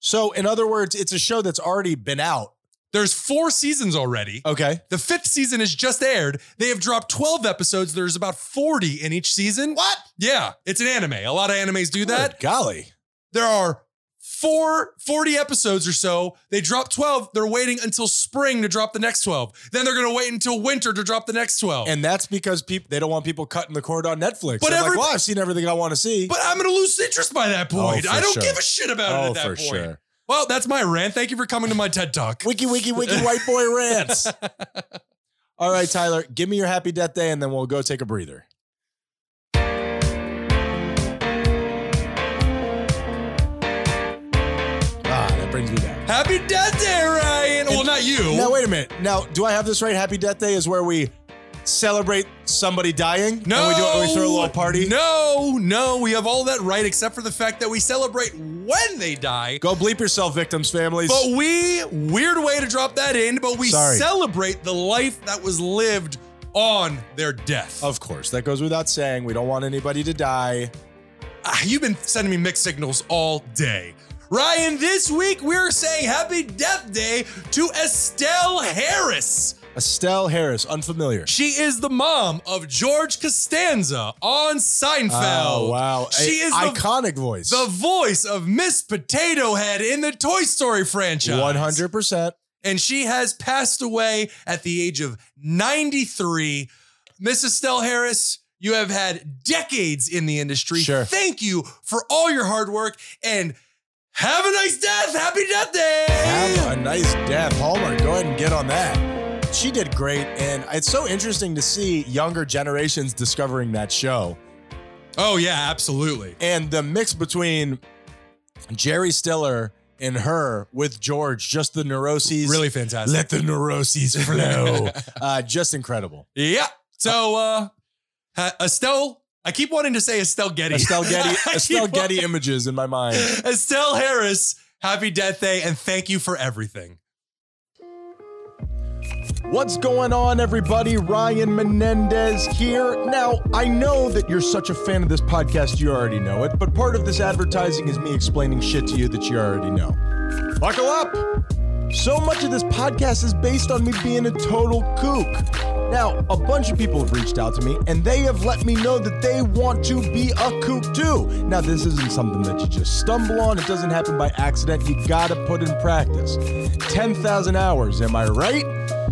A: So, in other words, it's a show that's already been out.
B: There's four seasons already.
A: Okay.
B: The fifth season has just aired. They have dropped 12 episodes. There's about 40 in each season. What? Yeah, it's an anime. A lot of animes do that.
A: Good golly.
B: There are four, 40 episodes or so. They drop 12. They're waiting until spring to drop the next 12. Then they're going to wait until winter to drop the next 12.
A: And that's because people they don't want people cutting the cord on Netflix.
B: But
A: But
B: every-
A: like, well, I've seen everything I want to see.
B: but I'm going to lose interest by that point.
A: Oh, for
B: I don't
A: sure. Oh,
B: give a shit about it at that point. Well, that's my rant. Thank you for coming to my TED Talk.
A: Wiki, wiki,
B: <laughs>
A: wiki, white boy rants. All right, Tyler, give me your happy death day, and then we'll go take a breather. Ah, that brings me down.
B: Happy Death Day, Ryan. well, not you.
A: Now wait a minute. Now, do I have this right? Happy Death Day is where we celebrate somebody dying. and
B: No,
A: we do it. We throw a little party.
B: No, no, we have all that right except for the fact that we celebrate when they die.
A: Go bleep yourself, victims' families.
B: But we weird way to drop that in, but we
A: Sorry.
B: celebrate the life that was lived on their death.
A: of course, that goes without saying. We don't want anybody to die.
B: Ah, you've been sending me mixed signals all day. Ryan, this week we're saying happy death day to Estelle Harris.
A: Estelle Harris, unfamiliar.
B: She is the mom of George Costanza on Seinfeld.
A: Oh wow, A-
B: She is the
A: iconic voice.
B: The voice of Miss Potato Head in the Toy Story franchise.
A: One hundred percent.
B: And she has passed away at the age of 93. Mrs. Stell Harris, you have had decades in the industry.
A: Sure.
B: Thank you for all your hard work and have a nice death. Happy Death Day.
A: Have a nice death, Hallmark. Go ahead and get on that. She did great, and it's so interesting to see younger generations discovering that show.
B: oh, yeah, absolutely.
A: and the mix between Jerry Stiller and her with George, just the neuroses.
B: Really fantastic.
A: let the neuroses flow. <laughs> uh, just incredible.
B: yeah. So, uh, ha- Estelle, I keep wanting to say Estelle Getty.
A: Estelle <laughs> Getty,
B: <laughs> I keep
A: Estelle
B: wanting-
A: Getty images in my mind.
B: Estelle Harris, happy death day and thank you for everything.
A: What's going on, everybody? Ryan Menendez here. Now, I know that you're such a fan of this podcast, you already know it, but part of this advertising is me explaining shit to you that you already know. Buckle up! So much of this podcast is based on me being a total kook. Now, a bunch of people have reached out to me and they have let me know that they want to be a kook too. Now, this isn't something that you just stumble on, it doesn't happen by accident. You gotta put in practice. 10,000 hours, am I right?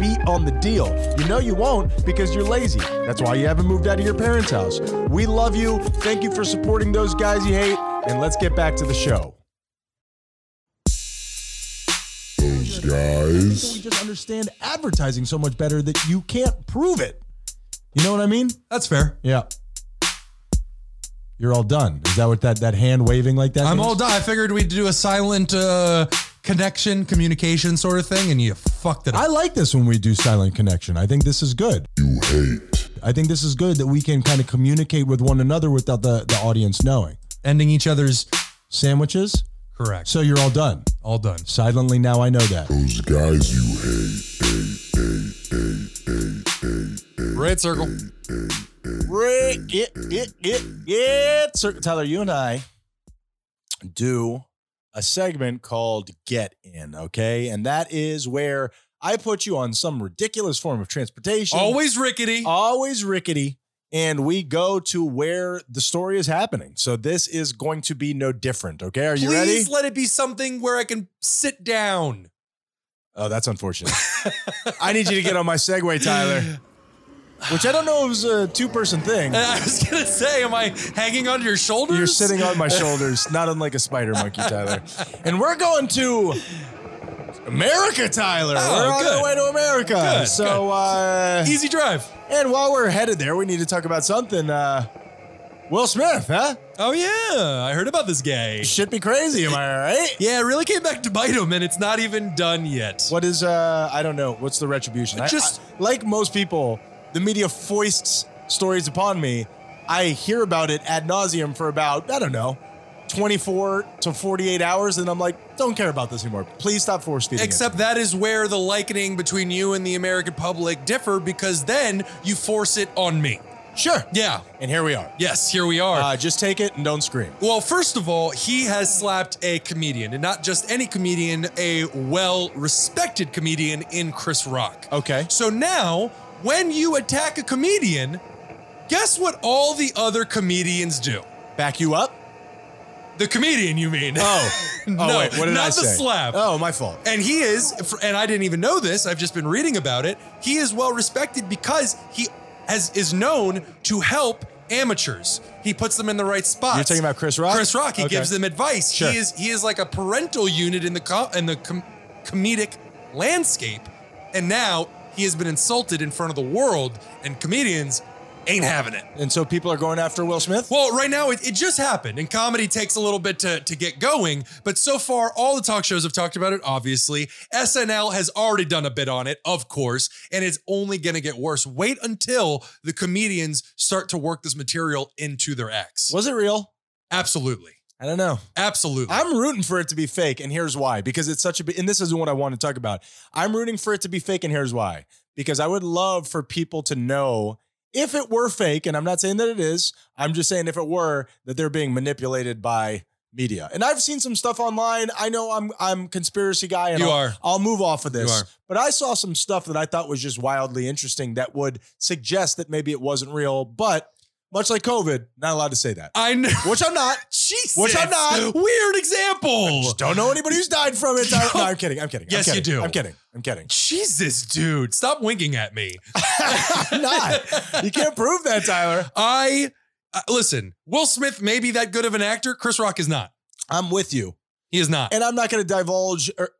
A: beat on the deal. You know you won't because you're lazy. That's why you haven't moved out of your parents' house. We love you. Thank you for supporting those guys you hate, and let's get back to the show.
C: Those guys.
A: We just understand advertising so much better that you can't prove it. You know what I mean?
B: That's fair.
A: Yeah. You're all done. Is that what that that hand waving like that?
B: I'm
A: means?
B: all done. I figured we'd do a silent uh, connection, communication sort of thing, and you fucked it up.
A: I like this when we do silent connection. I think this is good.
C: You hate.
A: I think this is good that we can kind of communicate with one another without the, the audience knowing.
B: Ending each other's
A: Sandwiches?
B: correct.
A: So you're all done.
B: all done.
A: Silently now I know that.
C: Those guys you hate.
B: Red circle.
A: Right, it, it, it, it. So, Tyler, you and I do a segment called Get In, okay? And that is where I put you on some ridiculous form of transportation.
B: Always rickety.
A: Uh, always rickety and we go to where the story is happening so this is going to be no different okay are you ready
B: Please let it be something where I can sit down. <laughs>
A: oh that's unfortunate i need you to get on my segway tyler which i don't know if it was a two-person thing
B: And I was gonna say, am I hanging on your shoulders?
A: you're sitting on my shoulders not unlike a spider monkey tyler and we're going to america tyler
B: Oh,
A: we're on
B: good.
A: our way to america
B: Good,
A: so
B: good.
A: uh
B: Easy drive.
A: and while we're headed there we need to talk about something uh will smith huh
B: Oh yeah, I heard about this guy.
A: should be crazy am i right
B: Yeah, it really came back to bite him, and it's not even done yet.
A: What is uh I don't know, what's the retribution? I-
B: Just-
A: I- like most people, the media foists stories upon me. I hear about it ad nauseum for about, I don't know, 24 to 48 hours, and I'm like, don't care about this anymore. Please stop force feeding. it.
B: Except that is where the likening between you and the American public differ, because then you force it on me.
A: Sure.
B: Yeah.
A: And here we are.
B: Yes, here we are.
A: Uh, just take it and don't scream.
B: Well, first of all, he has slapped a comedian, and not just any comedian, a well respected comedian in Chris Rock.
A: Okay.
B: So now, when you attack a comedian, guess what all the other comedians do?
A: Back you up.
B: The comedian, you <laughs> mean?
A: Oh. oh
B: No,
A: wait, what did
B: not
A: I
B: the
A: say?
B: slap.
A: Oh, my fault.
B: And he is, fr- and I didn't even know this. I've just been reading about it. He is well respected because he has is known to help amateurs. He puts them in the right spots.
A: You're talking about Chris Rock?
B: Chris Rock. He
A: Okay.
B: gives them advice.
A: Sure.
B: He is he is like a parental unit in the co- in the com- comedic landscape. And now he has been insulted in front of the world, and comedians ain't having it.
A: And so people are going after Will Smith?
B: Well, right now it, it just happened, and comedy takes a little bit to, to get going. But so far, all the talk shows have talked about it, obviously. SNL has already done a bit on it, of course, and it's only going to get worse. Wait until the comedians start to work this material into their acts.
A: Was it real?
B: Absolutely.
A: I don't know.
B: Absolutely.
A: I'm rooting for it to be fake, and here's why. Because it's such a big, and this is what I want to talk about. I'm rooting for it to be fake, and here's why. Because I would love for people to know if it were fake, and I'm not saying that it is, I'm just saying if it were, that they're being manipulated by media. And I've seen some stuff online. I know I'm I'm conspiracy guy and
B: You
A: I'll,
B: are.
A: I'll move off of this.
B: are.
A: But I saw some stuff that I thought was just wildly interesting that would suggest that maybe it wasn't real, but much like COVID, not allowed to say that.
B: I know.
A: Which I'm not.
B: <laughs> Jesus.
A: Which I'm not.
B: Weird
A: <laughs>
B: example.
A: Just don't know anybody who's died from <laughs> it. No, I'm kidding. I'm kidding. I'm
B: Yes, you
A: kidding.
B: do.
A: I'm kidding. I'm <laughs> kidding.
B: Jesus, dude. Stop winking at me.
A: I'm not. You can't prove that, Tyler.
B: I. Uh, listen, Will Smith may be that good of an actor. Chris Rock is not.
A: I'm with you,
B: He is not.
A: and I'm not going to divulge, or,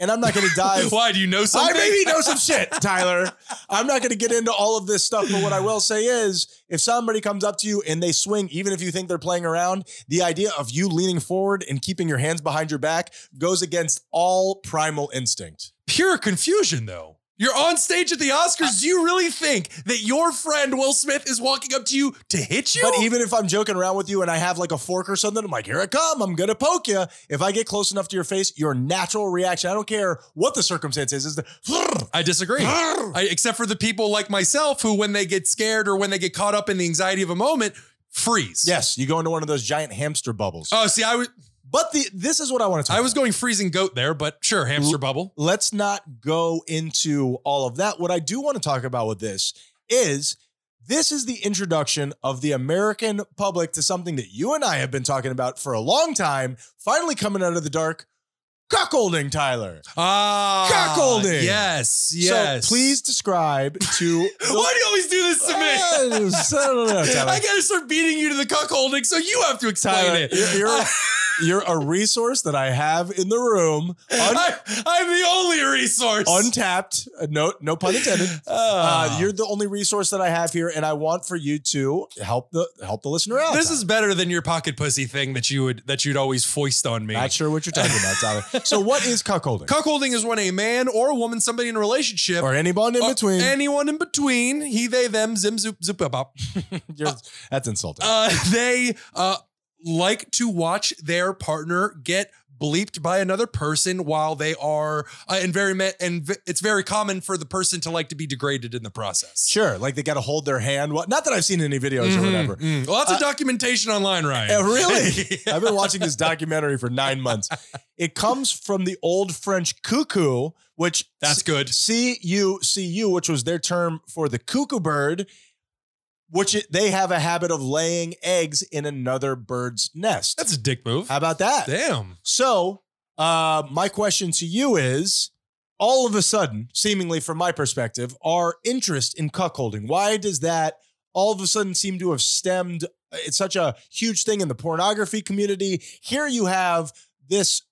A: and I'm not going to dive. <laughs>
B: Why do you know
A: I
B: something?
A: maybe know some <laughs> shit, Tyler. I'm not going to get into all of this stuff, but what I will say is, if somebody comes up to you and they swing, even if you think they're playing around, the idea of you leaning forward and keeping your hands behind your back goes against all primal instinct.
B: pure confusion though. You're on stage at the Oscars. Do you really think that your friend Will Smith is walking up to you to hit you?
A: But even if I'm joking around with you and I have like a fork or something, I'm like, here I come. I'm going to poke you. If I get close enough to your face, your natural reaction, I don't care what the <laughs> circumstance is, is the.
B: I disagree. I, except for the people like myself who, when they get scared or when they get caught up in the anxiety of a moment, freeze.
A: Yes, you go into one of those giant hamster bubbles.
B: Oh, see, I was
A: but the this is what I want to talk
B: I was going freezing goat there, but sure, hamster bubble.
A: let's not go into all of that. What I do want to talk about with this is this is the introduction of the American public to something that you and I have been talking about for a long time, finally coming out of the dark cuckolding, Tyler.
B: Ah,
A: Cuckolding.
B: Yes, yes.
A: So please describe
B: <laughs>
A: to.
B: Why do you always do this to me?
A: I Ah! don't know, Tyler.
B: I gotta start beating you to the cuckolding, so you have to explain
A: Tyler,
B: it. <laughs> Uh,
A: you're, you're, you're a resource that I have in the
B: <laughs>
A: room, un-
B: I, I'm the only resource. Ah.
A: untapped. uh, No, no pun intended. Uh, you're the only resource that I have here, and I want for you to help the help the listener out.
B: this is better than your pocket pussy thing that you would that you'd always foist on me.
A: not sure what you're talking
B: <laughs>
A: about, Tyler. So, what is cuckolding
B: Cuckolding is when a man or a woman, somebody in a relationship,
A: or any bond in
B: or
A: between?
B: anyone in between, he, they, them, zim, zoop, zoop, bop, bop,
A: You're- that's insulting.
B: uh, <laughs> they uh, like to watch their partner get bleeped by another person while they are uh, and very ma- and v- it's very common for the person to like to be degraded in the process.
A: sure, like they got to hold their hand. Well, not that I've seen any videos or whatever.
B: Mm, lots of documentation online, Ryan. <laughs>
A: Yeah, Uh, really? <laughs> I've been watching this documentary for nine months. It comes from the old French cuckoo, which
B: That's good.
A: C U C U, which was their term for the cuckoo bird, which it, they have a habit of laying eggs in another bird's nest.
B: That's a dick move.
A: How about that?
B: Damn.
A: So, uh, my question to you is all of a sudden, seemingly from my perspective, our interest in cuckolding, why does that all of a sudden seem to have stemmed? uh, It's such a huge thing in the pornography community. Here you have this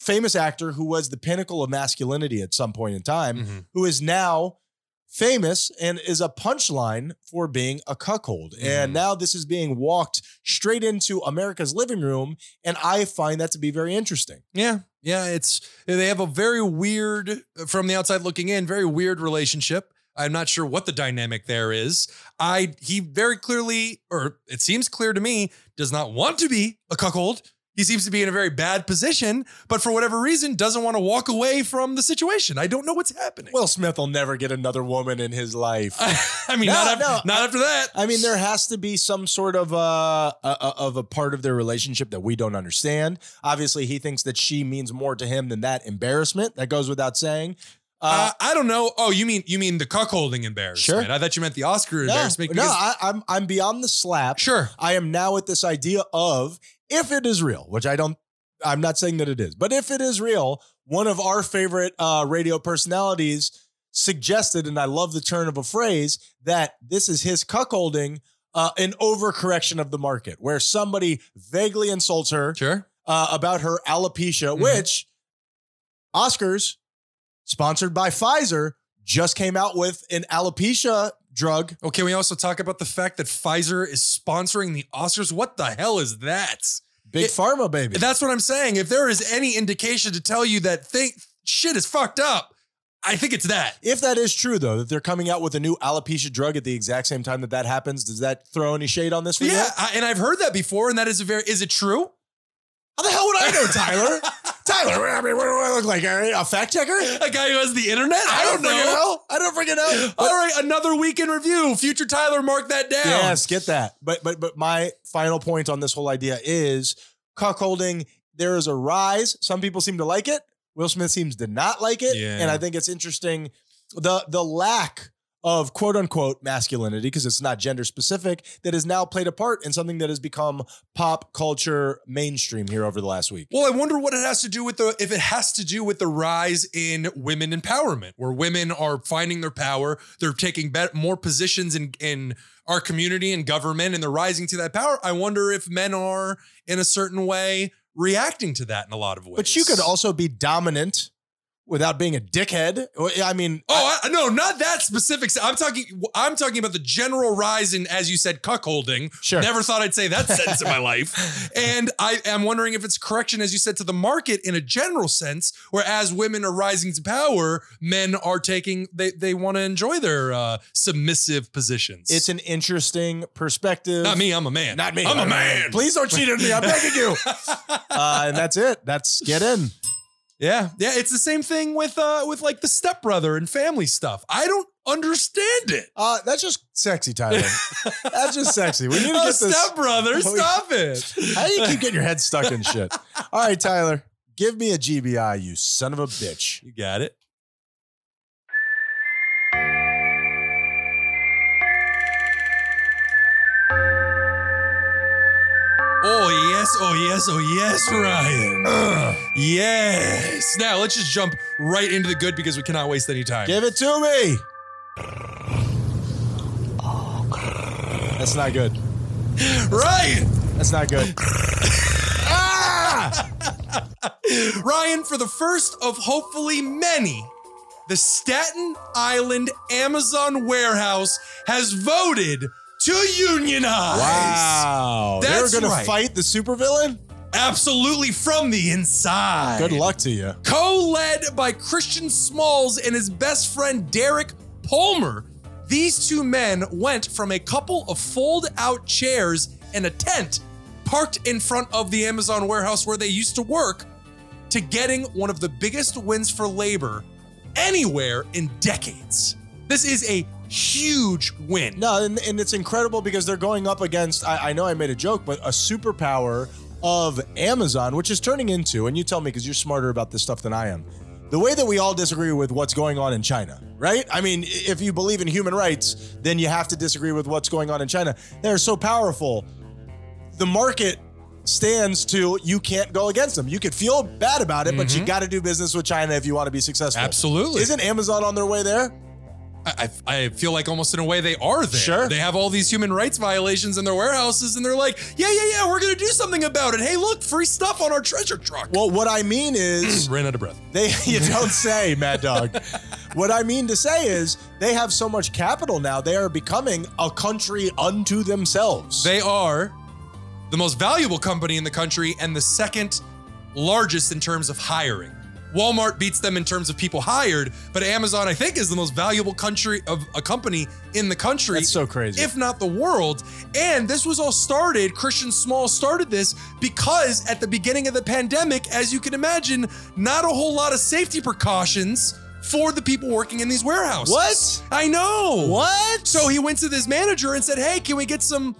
A: famous actor who was the pinnacle of masculinity at some point in time,
B: Mhm.
A: who is now famous and is a punchline for being a cuckold. And
B: Mhm.
A: now this is being walked straight into America's living room. And I find that to be very interesting.
B: Yeah. Yeah. It's they have a very weird, from the outside looking in, very weird relationship. I'm not sure what the dynamic there is. I he very clearly, or it seems clear to me, does not want to be a cuckold. He seems to be in a very bad position, but for whatever reason, doesn't want to walk away from the situation. I don't know what's happening.
A: Will Smith will never get another woman in his life.
B: <laughs> I mean,
A: No,
B: not, after,
A: no,
B: not after that.
A: I mean, there has to be some sort of uh, a, a- of a part of their relationship that we don't understand. Obviously, he thinks that she means more to him than that embarrassment. That goes without saying.
B: Uh, I don't know. Oh, you mean you mean the cuckolding embarrassment?
A: Sure.
B: I thought you meant the Oscar
A: no,
B: Uh, embarrassment.
A: no,
B: because-
A: I, I'm I'm beyond the slap.
B: sure.
A: I am now at this idea of if it is real, which I don't, I'm not saying that it is, but if it is real, one of our favorite uh, radio personalities suggested, and I love the turn of a phrase, that this is his cuckolding, uh, an overcorrection of the market, where somebody vaguely insults her
B: Sure.
A: uh, about her alopecia,
B: Mhm.
A: which Oscars, sponsored by Pfizer, just came out with an alopecia drug
B: Oh, can we also talk about the fact that Pfizer is sponsoring the Oscars? What the hell is that?
A: Big
B: It-
A: Pharma, baby.
B: That's what I'm saying. If there is any indication to tell you that thing shit is fucked up, I think it's that.
A: If that is true, though, that they're coming out with a new alopecia drug at the exact same time that that happens, does that throw any shade on this for you?
B: yeah, I, and I've heard that before, and that is a very is it true?
A: How the hell would I know,
B: <laughs>
A: Tyler? Tyler, I mean, what do I look like? A fact checker? I
B: A guy who has the internet? I, don't,
A: freaking
B: know.
A: I don't freaking know. But-
B: All right, another week in review. Future Tyler, mark that down.
A: yes, get that. But but but my final point on this whole idea is cuckolding. There is a rise. Some people seem to like it. Will Smith seems to not like it,
B: Yeah.
A: and I think it's interesting the the lack of quote unquote masculinity because it's not gender specific that has now played a part in something that has become pop culture mainstream here over the last week.
B: Well, I wonder what it has to do with the if it has to do with the rise in women empowerment, where women are finding their power, they're taking bet more positions in in our community and government, and they're rising to that power. I wonder if men are in a certain way reacting to that in a lot of ways.
A: But you could also be dominant without being a dickhead. I mean,
B: Oh I, no, not that specific. I'm talking. I'm talking about the general rise in, as you said, cuckolding.
A: Sure.
B: Never thought I'd say that sentence
A: <laughs>
B: in my life. And I am wondering if it's correction, as you said, to the market in a general sense, where as women are rising to power, men are taking. They they want to enjoy their uh, submissive positions.
A: it's an interesting perspective.
B: not me. I'm a man.
A: Not me.
B: I'm a man.
A: Please don't cheat on me. I'm begging you. Uh, and that's it. That's get in.
B: Yeah, yeah. It's the same thing with uh with like the stepbrother and family stuff. I don't understand it.
A: Uh, that's just sexy, Tyler. That's just sexy. We need to get
B: Oh,
A: this. <laughs>
B: stepbrother, stop it.
A: How do you keep getting your head stuck in shit? All right, Tyler, give me a GBI, you son of a bitch.
B: You got it. Oh, yes. Oh, yes. Oh, yes, Ryan. Yes. Now, let's just jump right into the good because we cannot waste any time.
A: Give it to me. That's not good.
B: Ryan.
A: That's not good.
B: Ryan, for the first of hopefully many, the Staten Island Amazon warehouse has voted to unionize.
A: Wow. They're
B: That's
A: going
B: right.
A: to fight the supervillain?
B: Absolutely from the inside.
A: Good luck to you.
B: Co-led by Christian Smalls and his best friend Derek Palmer, these two men went from a couple of fold-out chairs and a tent parked in front of the Amazon warehouse where they used to work to getting one of the biggest wins for labor anywhere in decades. This is a huge win.
A: No, and, and it's incredible because they're going up against, I, I know I made a joke, but a superpower of Amazon, which is turning into, and you tell me because you're smarter about this stuff than I am, the way that we all disagree with what's going on in China, right? I mean, i- if you believe in human rights, then you have to disagree with what's going on in China. They're so powerful. The market stands to you can't go against them. You could feel bad about it, but you got to do business with China if you want to be successful.
B: Absolutely.
A: Isn't Amazon on their way there?
B: I, I I feel like almost in a way they are there.
A: Sure.
B: They have all these human rights violations in their warehouses and they're like, yeah, yeah, yeah, we're going to do something about it. Hey, look, free stuff on our treasure truck.
A: Well, what I mean is
B: ran out of breath.
A: They <laughs> you don't say, Mad Dog. what I mean to say is they have so much capital now, they are becoming a country unto themselves.
B: They are the most valuable company in the country and the second largest in terms of hiring. Walmart beats them in terms of people hired, but Amazon, I think, is the most valuable country of a company in the country.
A: That's so crazy.
B: if not the world. And this was all started, Christian Small started this because at the beginning of the pandemic, as you can imagine, not a whole lot of safety precautions for the people working in these warehouses.
A: What?
B: I know.
A: what?
B: So he went to this manager and said, "Hey, can we get some,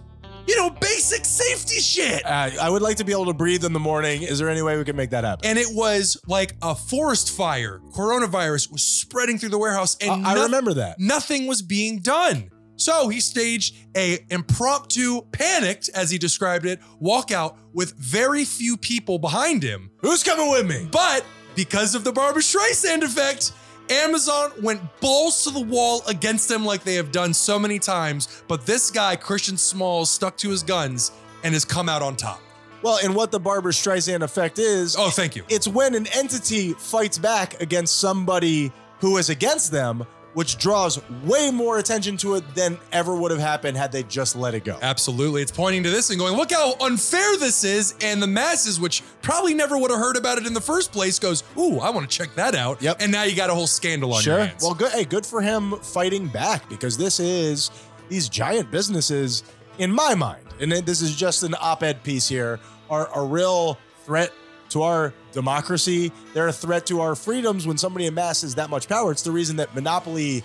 B: you know, basic safety shit?"
A: Uh, I would like to be able to breathe in the morning. Is there any way we can make that happen?
B: And it was like a forest fire. Coronavirus was spreading through the warehouse, and
A: I, I
B: noth-
A: remember that.
B: nothing was being done. So he staged a impromptu, panicked, as he described it, walkout with very few people behind him.
A: Who's coming with me?
B: But because of the Barbara Streisand effect, Amazon went balls to the wall against them like they have done so many times. But this guy, Christian Smalls, stuck to his guns and has come out on top.
A: Well, and what the Barbara Streisand effect is,
B: Oh, thank you.
A: it's when an entity fights back against somebody who is against them, which draws way more attention to it than ever would have happened had they just let it go.
B: Absolutely. It's pointing to this and going, look how unfair this is. And the masses, which probably never would have heard about it in the first place, goes, ooh, I want to check that out.
A: Yep.
B: And now you got a whole scandal on your hands.
A: Well, good. Hey, good for him fighting back because this is these giant businesses, in my mind, and it- this is just an op-ed piece here, are a real threat to our democracy. They're a threat to our freedoms when somebody amasses that much power. It's the reason that monopoly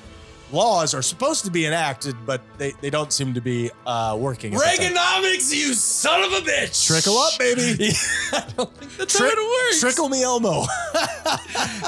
A: laws are supposed to be enacted, but they, they don't seem to be uh, working. at the time.
B: Reaganomics, you son of a bitch.
A: Trickle up,
B: <laughs>
A: baby.
B: Yeah, I don't think that's
A: Tri-
B: how it works.
A: Trickle me, Elmo. <laughs>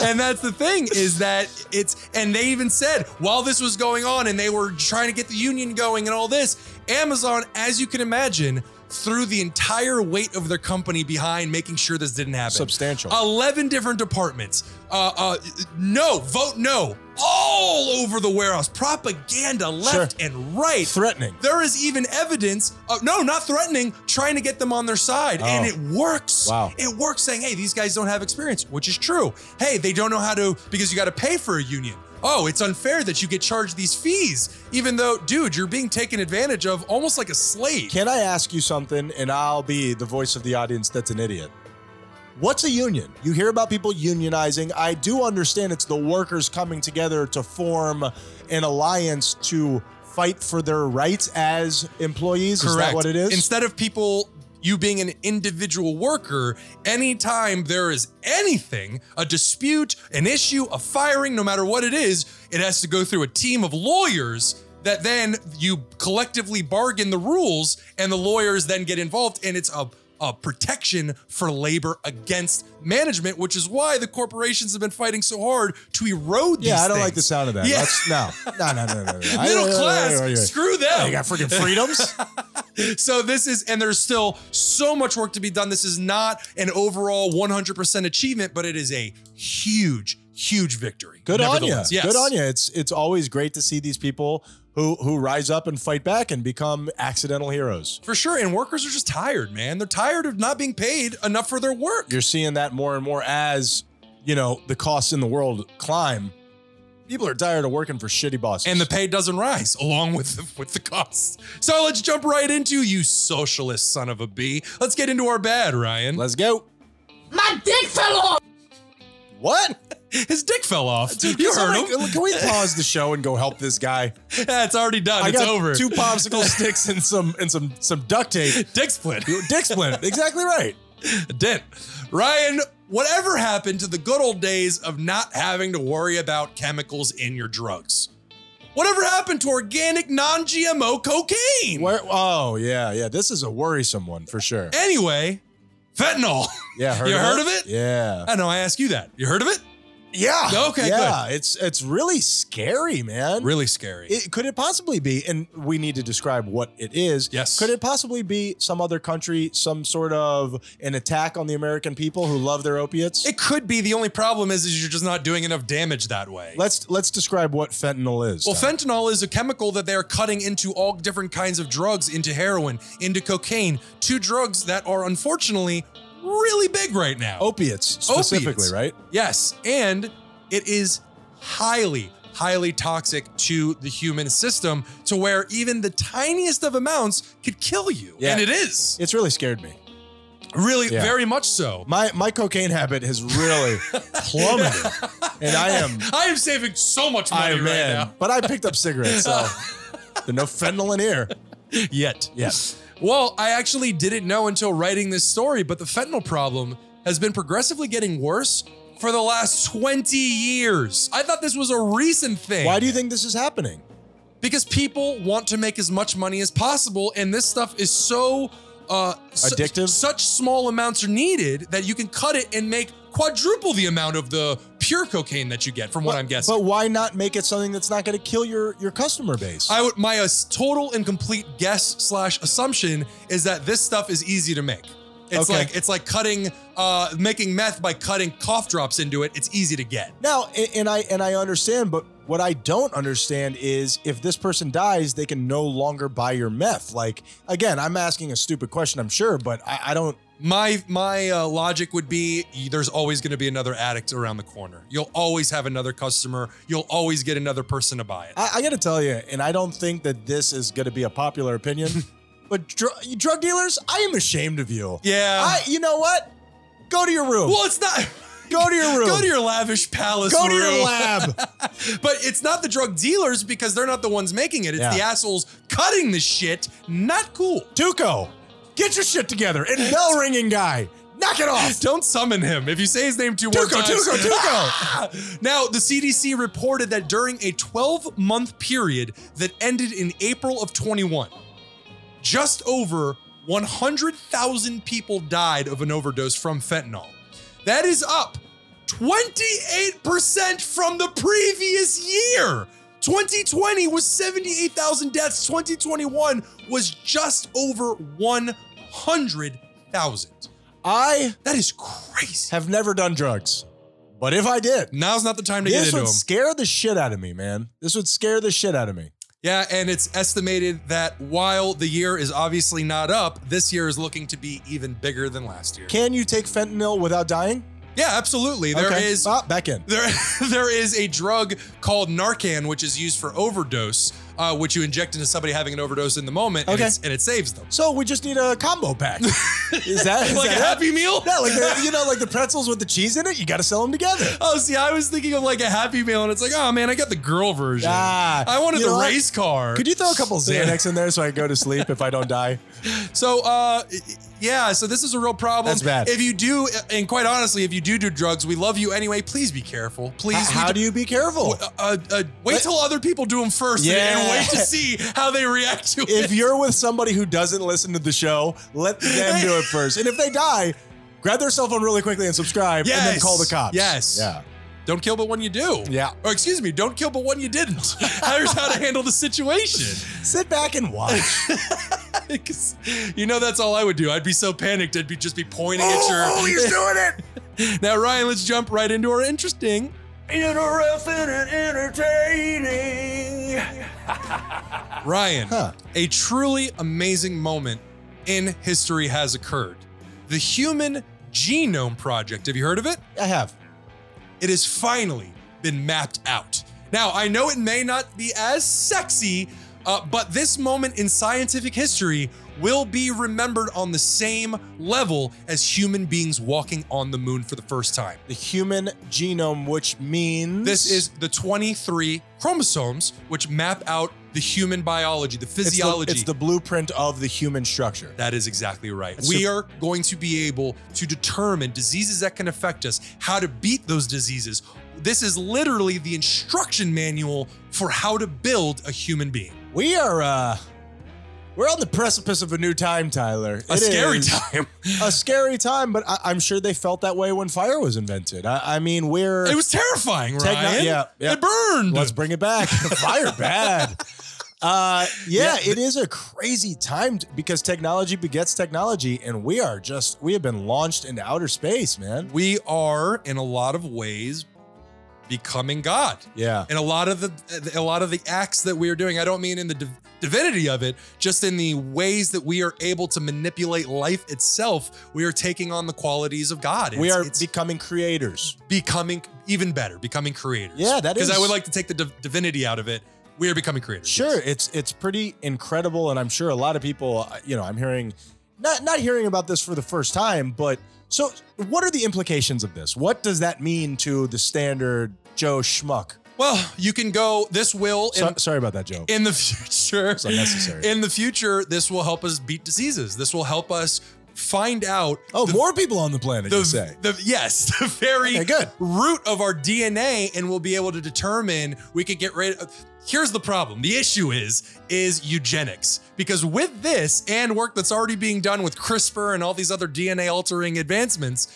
B: and that's the thing is that it's and they even said while this was going on and they were trying to get the union going and all this amazon as you can imagine threw the entire weight of their company behind making sure this didn't happen
A: Substantial.
B: 11 different departments uh, uh, no, vote no, all over the warehouse. Propaganda left and right.
A: Threatening.
B: There is even evidence of no, not threatening, trying to get them on their side. And
A: Oh.
B: it works.
A: Wow.
B: It works saying, hey, these guys don't have experience, which is true. Hey, they don't know how to because you got to pay for a union. Oh, it's unfair that you get charged these fees, even though, dude, you're being taken advantage of almost like a slave.
A: Can I ask you something? And I'll be the voice of the audience that's an idiot. What's a union? You hear about people unionizing. I do understand it's the workers coming together to form an alliance to fight for their rights as employees. Is that what it is?
B: Instead of people, you being an individual worker, anytime there is anything, a dispute, an issue, a firing, no matter what it is, it has to go through a team of lawyers that then you collectively bargain the rules and the lawyers then get involved and it's a a protection for labor against management, which is why the corporations have been fighting so hard to erode these
A: yeah, I don't like the
B: things.
A: sound of that.
B: Yeah.
A: That's, no. no, no,
B: <laughs>
A: no, no, no. I-
B: Middle
A: I- I-
B: class,
A: I- I- I-
B: screw them.
A: Oh, You got freaking freedoms?
B: <laughs> So this is, and there's still so much work to be done. This is not an overall 100% achievement, but it is a huge, huge victory.
A: Good on you.
B: Nevertheless, yes.
A: Good on you. It's it's always great to see these people who who rise up and fight back and become accidental heroes.
B: For sure. And workers are just tired, man. They're tired of not being paid enough for their work.
A: You're seeing that more and more as you know the costs in the world climb. People are tired of working for shitty bosses.
B: and the pay doesn't rise along with the, with the costs. So let's jump right into you socialist son of a b. Let's get into our bad, Ryan.
A: let's go.
E: My dick fell off!
A: What?
B: His dick fell off.
A: Dude,
B: you
A: can
B: heard
A: somebody-
B: him.
A: Can we pause the show and go help this
B: <laughs>
A: guy?
B: That's already done.
A: I
B: it's
A: got
B: over.
A: two
B: <laughs>
A: popsicle sticks and some and some some duct tape.
B: dick split.
A: Dick splint. Exactly right.
B: A dent. Ryan, whatever happened to the good old days of not having to worry about chemicals in your drugs? Whatever happened to organic, non GMO cocaine?
A: Where? Oh yeah, yeah. This is a worrisome one for sure.
B: Anyway, fentanyl. <laughs>
A: Yeah,
B: You heard of it?
A: Yeah.
B: I know I asked you that. You heard of it?
A: Yeah.
B: Okay,
A: Yeah. It's it's really scary, man.
B: Really scary.
A: It, could it possibly be? And we need to describe what it is.
B: Yes.
A: Could it possibly be some other country, some sort of an attack on the American people who love their opiates?
B: It could be. The only problem is, is you're just not doing enough damage that way.
A: let's let's describe what fentanyl is.
B: Well,
A: Tom.
B: fentanyl is a chemical that they are cutting into all different kinds of drugs, into heroin, into cocaine, two drugs that are unfortunately really big right now.
A: opiates specifically,
B: Opiates.
A: right?
B: Yes, and it is highly, highly toxic to the human system to where even the tiniest of amounts could kill you.
A: Yeah.
B: And it is.
A: It's really scared me.
B: Really,
A: Yeah.
B: very much so.
A: My my cocaine habit has
B: <laughs>
A: really plummeted, and I am
B: I am saving so much
A: I
B: money
A: am
B: right
A: in.
B: now.
A: But I picked up cigarettes,
B: <laughs>
A: so there's no fentanyl in here.
B: Yet.
A: Yes.
B: Well, I actually didn't know until writing this story, but the fentanyl problem has been progressively getting worse for the last 20 years. I thought this was a recent thing.
A: Why do you think this is happening?
B: because people want to make as much money as possible and this stuff is so uh su-
A: Addictive?
B: such small amounts are needed that you can cut it and make quadruple the amount of the pure cocaine that you get from what
A: But-
B: i'm guessing
A: But why not make it something that's not going to kill your your customer base?
B: i would my uh, total and complete guess slash assumption is that this stuff is easy to make it's
A: Okay.
B: like it's like cutting uh making meth by cutting cough drops into it it's easy to get
A: now, a- and, I and I understand, but what I don't understand is if this person dies, they can no longer buy your meth. Like again, I'm asking a stupid question, I'm sure, but I, I don't.
B: My my uh, logic would be y- there's always going to be another addict around the corner. You'll always have another customer. You'll always get another person to buy it.
A: I, I got to tell you, and I don't think that this is going to be a popular
B: <laughs>
A: opinion, but dr- you drug dealers, I am ashamed of you.
B: yeah.
A: I, you know what? Go to your room.
B: well, it's not. <laughs>
A: Go to your room.
B: Go to your lavish palace.
A: Go to your
B: room.
A: lab.
B: <laughs> but it's not the drug dealers because they're not the ones making it. It's
A: Yeah.
B: the assholes cutting the shit. Not cool.
A: Tuco, get your shit together. And bell ringing guy, knock it off.
B: Don't summon him. If you say his name two more
A: Tuco,
B: times.
A: Tuco,
B: <laughs>
A: Tuco.
B: Now, the CDC reported that during a 12 month period that ended in April of 21, just over 100,000 people died of an overdose from fentanyl. That is up 28% from the previous year. 2020 was 78,000 deaths, 2021 was just over 100,000.
A: I
B: That is crazy.
A: have never done drugs. But if I did,
B: Now's not the time to
A: this
B: get
A: would
B: into them.
A: scare the shit out of me, man. This would scare the shit out of me.
B: Yeah, and it's estimated that while the year is obviously not up, this year is looking to be even bigger than last year.
A: Can you take fentanyl without dying?
B: Yeah, absolutely. There is <laughs>
A: Okay. Ah, back in.
B: there there is a drug called Narcan, which is used for overdose, uh, which you inject into somebody having an overdose in the moment, and,
A: Okay.
B: it's, and it saves them.
A: So we just need a combo
B: <laughs>
A: pack. Is that is
B: like a
A: that it? <laughs>
B: Happy Meal.
A: Yeah, like
B: <laughs>
A: the, you know, like the pretzels with the cheese in it. You got to sell them together.
B: Oh, see, I was thinking of like a Happy Meal, and it's like, oh man, I got the girl version.
A: Ah,
B: I wanted
A: you know
B: the
A: what?
B: race car.
A: Could you throw a
B: <laughs>
A: couple Xanax in there so I can go to sleep if I don't die?
B: So, uh, yeah, so this is a real problem.
A: That's bad.
B: If you do, and quite honestly, if you do do drugs, we love you anyway. Please be careful. <laughs> Please.
A: H-
B: we
A: How do you be careful?
B: Uh, uh, uh, wait
A: Let-
B: till other people do them first, and- and
A: Yeah.
B: wait to see how they react to it.
A: If you're with somebody who doesn't listen to the show, let them
B: <laughs>
A: do it first. And if they die, grab their cell phone really quickly and subscribe, and then
B: Yes.
A: call the cops.
B: Yes.
A: Yeah.
B: Don't kill but one you do.
A: Yeah.
B: Or excuse me, don't kill but one you
A: <laughs>
B: didn't. Here's how to handle the situation.
A: Sit back and watch.
B: <laughs> 'Cause you know that's all I would do. I'd be so panicked. I'd be just be pointing at your.
A: Oh,
B: <laughs>
A: doing it.
B: Now, Ryan, let's jump right into our interesting. Interesting and entertaining. Ryan,
A: Huh.
B: a truly amazing moment in history has occurred. The Human Genome Project. Have you heard of it?
A: I have.
B: It has finally been mapped out. Now, I know it may not be as sexy, uh, but this moment in scientific history will be remembered on the same level as human beings walking on the moon for the first time.
A: The human genome, which means
B: This is the 23 chromosomes, which map out the human biology, the
A: It's the-
B: physiology.
A: It's the, blueprint of the human structure.
B: that is exactly right.
A: It's
B: we
A: the-
B: are going to be able to determine diseases that can affect us, how to beat those diseases. This is literally the instruction manual for how to build a human being.
A: We are uh we're on the precipice of a new time, Tyler.
B: A
A: It
B: scary
A: is
B: <laughs> time.
A: A scary time, but I, I'm sure they felt that way when fire was invented. I, I mean, we're
B: It was terrifying,
A: Techno-
B: Ryan.
A: yeah, yeah.
B: It burned. <laughs>
A: let's bring it back. <laughs> fire bad. Uh, yeah, it is a crazy time t- because technology begets technology, and we are just we have been launched into outer space, man.
B: we are, in a lot of ways, becoming God.
A: Yeah,
B: and a lot of the a lot of the acts that we are doing i don't mean in the div- divinity of it just in the ways that we are able to manipulate life itself we are taking on the qualities of god
A: we
B: It's-
A: are
B: it's
A: becoming creators.
B: becoming even better becoming creators
A: Yeah, that
B: because i
A: is-
B: would like to take the div- divinity out of it we are becoming creators
A: Sure, it's it's pretty incredible, and I'm sure a lot of people, uh, you know, I'm hearing, not not hearing about this for the first time, but so what are the implications of this? What does that mean to the standard Joe schmuck?
B: well you can go this will
A: So-
B: in,
A: sorry about that, Joe.
B: in the <laughs> future
A: It's unnecessary.
B: in the future this will help us beat diseases this will help us find out
A: oh,
B: the-
A: more people on the planet,
B: the,
A: you say?
B: the- yes, <laughs> the very
A: Okay, good.
B: root of our DNA, and we'll be able to determine we could get rid of. Here's the problem. The issue is is eugenics because with this and work that's already being done with CRISPR and all these other DNA altering advancements,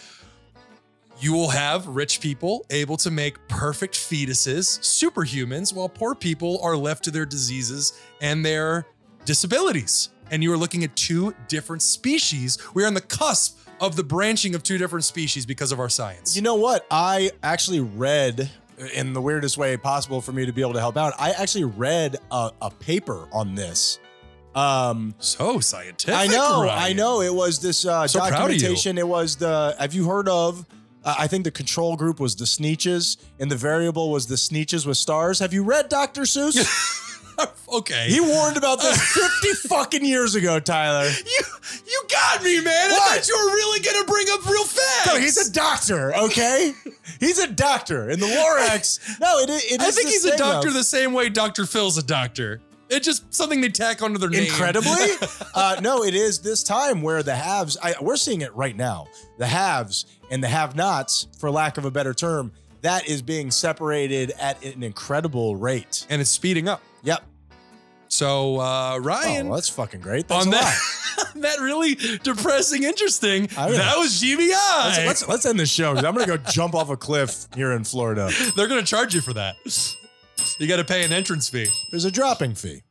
B: you will have rich people able to make perfect fetuses, superhumans, while poor people are left to their diseases and their disabilities. And you are looking at two different species. We are on the cusp of the branching of two different species because of our science.
A: You know what? I actually read in the weirdest way possible for me to be able to help out. I actually read a, a paper on this. Um,
B: so scientific.
A: I know,
B: Ryan.
A: I know. It was this uh,
B: So proud of you.
A: documentation. It was the. Have you heard of? Uh, I think the control group was the Sneeches, and the variable was the Sneeches with stars. Have you read Dr.
B: <laughs>
A: Seuss?
B: okay.
A: he warned about this fifty fucking years ago, Tyler.
B: you, you got me, man. I
A: What?
B: thought you were really going to bring up real facts.
A: No, he's a doctor, okay? he's a doctor, and the Lorax. No, it, i- it is.
B: I think
A: this
B: he's a
A: thing
B: doctor
A: of-
B: the same way Dr. Phil's a doctor. It's just something they tack onto their name.
A: incredibly uh, no it is this time where the haves I, we're seeing it right now the haves and the have nots for lack of a better term that is being separated at an incredible rate
B: <laughs> and it's speeding up.
A: yep
B: So uh,
A: oh
B: Ryan,
A: well, that's fucking great Thanks
B: <laughs> on
A: a lot.
B: that that really depressing, interesting.
A: I don't
B: That
A: know.
B: was
A: Let's,
B: GBI.
A: let's, let's end this show 'cause I'm gonna go jump off a cliff here in Florida.
B: They're gonna charge you for that. You got to pay an entrance fee.
A: There's a dropping fee.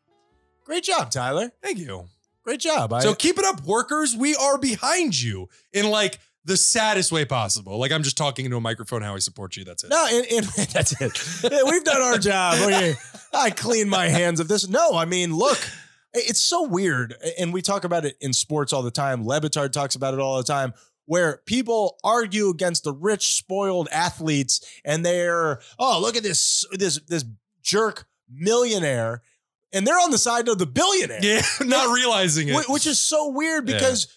A: Great job, Tyler.
B: Thank you.
A: Great job. I,
B: so keep it up, workers. We are behind you in like the saddest way possible. Like I'm just talking into a microphone how I support you. That's it.
A: No, and, and <laughs> that's it. Yeah, We've done our job. Okay. I clean my hands of this. No, I mean, look, it's so weird. And we talk about it in sports all the time. Levitard talks about it all the time, where people argue against the rich, spoiled athletes, and they're, oh, look at this, this, this jerk millionaire. And they're on the side of the billionaire.
B: <laughs> Yeah, not realizing it.
A: Wh- Which is so weird
B: Yeah.
A: because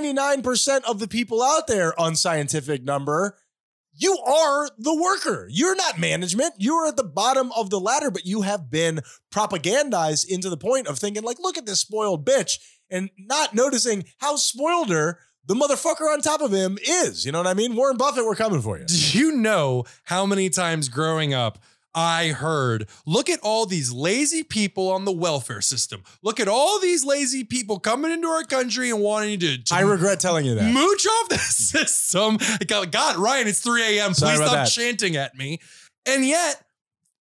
A: 99% of the people out there, unscientific number, you are the worker. You're not management. You're at the bottom of the ladder, but you have been propagandized into the point of thinking, like, look at this spoiled bitch, and not noticing how spoileder the motherfucker on top of him is. You know what I mean? Warren Buffett, we're coming
B: <laughs>
A: for you.
B: Do you know how many times growing up I heard, look at all these lazy people on the welfare system. Look at all these lazy people coming into our country and wanting to, to
A: I regret telling you that.
B: mooch off the <laughs> system. God, God, Ryan, it's 3 a.m.
A: Sorry
B: Please
A: about
B: stop
A: that.
B: chanting at me. And yet,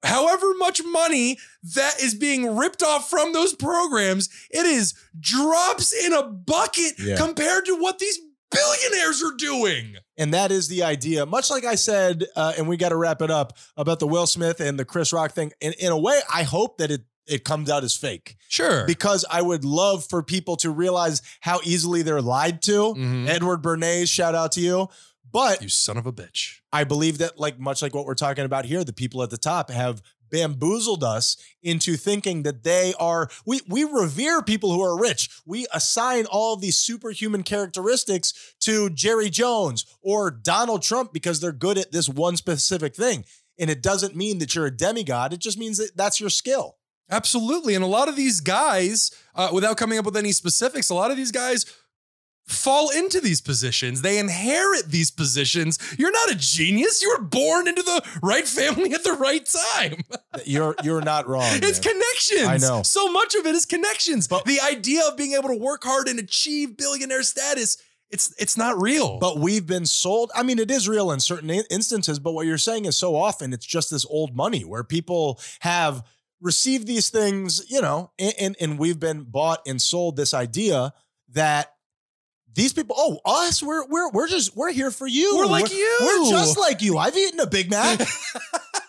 B: however much money that is being ripped off from those programs, it is drops in a bucket
A: Yeah.
B: compared to what these billionaires are doing.
A: And that is the idea. Much like I said, uh, and we got to wrap it up about the Will Smith and the Chris Rock thing. In, in a way, I hope that it it comes out as fake
B: Sure.
A: because I would love for people to realize how easily they're lied to.
B: Mm-hmm.
A: Edward Bernays, shout out to you. But
B: You son of a bitch.
A: I believe that, like much like what we're talking about here, the people at the top have bamboozled us into thinking that they are we we revere people who are rich. We assign all of these superhuman characteristics to Jerry Jones or Donald Trump because they're good at this one specific thing. And it doesn't mean that you're a demigod. It just means that that's your skill.
B: Absolutely. And a lot of these guys, uh, without coming up with any specifics, a lot of these guys fall into these positions. They inherit these positions. You're not a genius. You were born into the right family at the right time.
A: You're you're not wrong.
B: It's
A: man.
B: connections.
A: I know.
B: So much of it is connections.
A: But-
B: the idea of being able to work hard and achieve billionaire status, it's it's not real.
A: But we've been sold. I mean, it is real in certain in- instances, but what you're saying is so often it's just this old money where people have received these things, you know, and, and, and we've been bought and sold this idea that these people, oh, us, we're we're we're just we're here for you.
B: We're like you.
A: We're just
B: <laughs>
A: like you. I've eaten a Big Mac.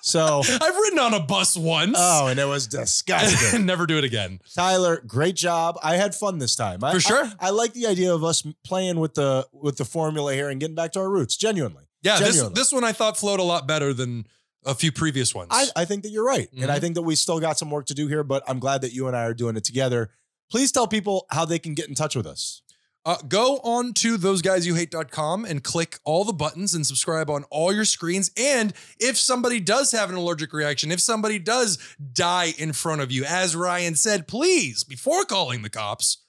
A: so
B: I've ridden on a bus once.
A: oh, and it was disgusting.
B: <laughs> Never do it again.
A: Tyler, great job. I had fun this time. I,
B: For sure.
A: I, I like the idea of us playing with the with the formula here and getting back to our roots. Genuinely.
B: Yeah, this,
A: Genuinely.
B: this one I thought flowed a lot better than a few previous ones.
A: I, I think that you're right.
B: Mhm.
A: And I think that we still got some work to do here, but I'm glad that you and I are doing it together. Please tell people how they can get in touch with us.
B: Uh, go on to thoseguysyouhate.com and click all the buttons and subscribe on all your screens. And if somebody does have an allergic reaction, if somebody does die in front of you, as Ryan said, please, before calling the cops,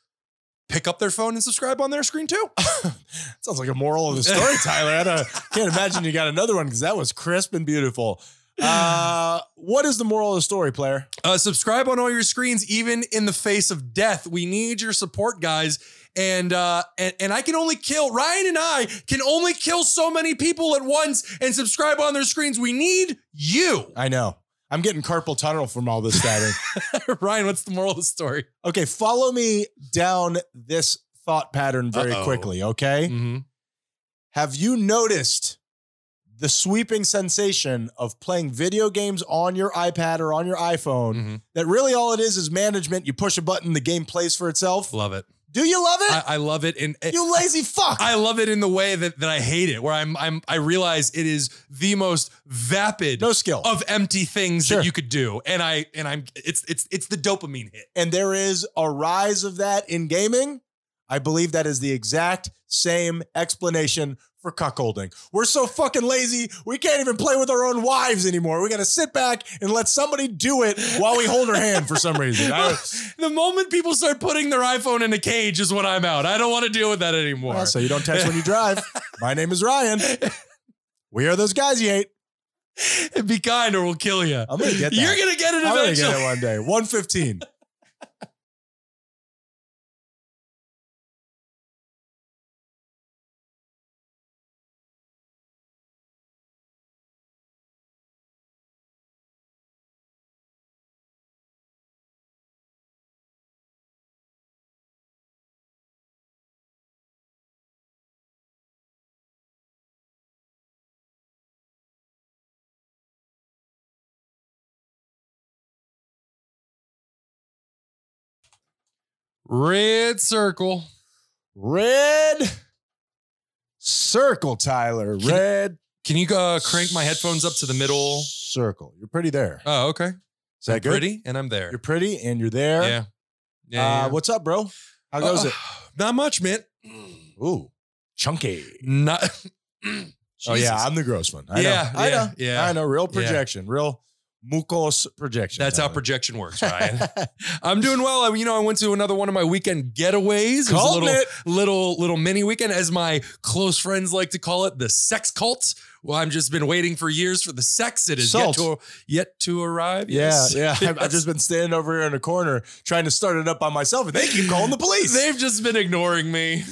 B: pick up their phone and subscribe on their screen too.
A: Sounds like a moral of the <laughs> story, Tyler. I don't, can't imagine you got another one because that was crisp and beautiful. <sighs> Uh, what is the moral of the story, player?
B: Uh, subscribe on all your screens, even in the face of death. We need your support, guys. And uh, and and I can only kill Ryan and I can only kill so many people at once. And subscribe on their screens. We need you, <laughs>
A: I know. I'm getting carpal tunnel from all this <laughs> stabbing.
B: Ryan. What's the moral of the story?
A: okay, follow me down this thought pattern very
B: Uh-oh.
A: quickly, okay?
B: Mm-hmm.
A: Have you noticed the sweeping sensation of playing video games on your iPad or on your iPhone?
B: Mhm.
A: That really all it is is management. You push a button, the game plays for itself.
B: Love it.
A: Do you love it?
B: I, I love it. And
A: you lazy fuck.
B: I love it in the way that, that I hate it, where I'm I'm I realize it is the most vapid
A: no skill.
B: of empty things
A: Sure.
B: that you could do. And I and I'm it's it's it's the dopamine hit.
A: and there is a rise of that in gaming. I believe that is the exact same explanation for cuckolding. We're so fucking lazy, we can't even play with our own wives anymore. We gotta sit back and let somebody do it while we hold her hand for some reason.
B: <laughs>
A: I-
B: the moment people start putting their iPhone in a cage is when I'm out. I don't want to deal with that anymore.
A: Well, so you don't text when you
B: <laughs>
A: drive. My name is Ryan. We are those guys you hate.
B: Be kind or we'll kill you.
A: I'm gonna get that.
B: You're gonna get it
A: I'm gonna
B: eventually.
A: get it one day. 115.
B: Red circle.
A: Red circle, Tyler.
B: Can-
A: Red.
B: Can you uh, crank my headphones up to the middle?
A: Circle. You're pretty there.
B: Oh, okay. Is
A: Is that good?
B: pretty? And I'm there.
A: You're pretty and you're there.
B: yeah. Yeah. yeah,
A: Uh, what's up, bro? How
B: yeah.
A: goes
B: Uh, <sighs> Not much, man. <clears throat>
A: it? Ooh, chunky.
B: Not. <clears throat>
A: Oh
B: Jesus.
A: yeah, I'm the gross one. I
B: Yeah,
A: know. I
B: yeah,
A: know.
B: yeah.
A: I know. Real projection. Real mucose projection.
B: That's how
A: Tyler.
B: projection works,
A: <laughs>
B: Ryan. I'm doing well. I, you know, I went to another one of my weekend getaways. It was a
A: Called
B: little,
A: it.
B: little, little mini weekend, as my close friends like to call it, the sex cult. Well, I've just been waiting for years for the sex. It is yet
A: Salt.
B: to, yet to arrive.
A: Yeah,
B: Yes.
A: yeah. I've, I've
B: <laughs>
A: just been standing over here in a corner trying to start it up by myself, and they keep calling the police.
B: They've just been ignoring me.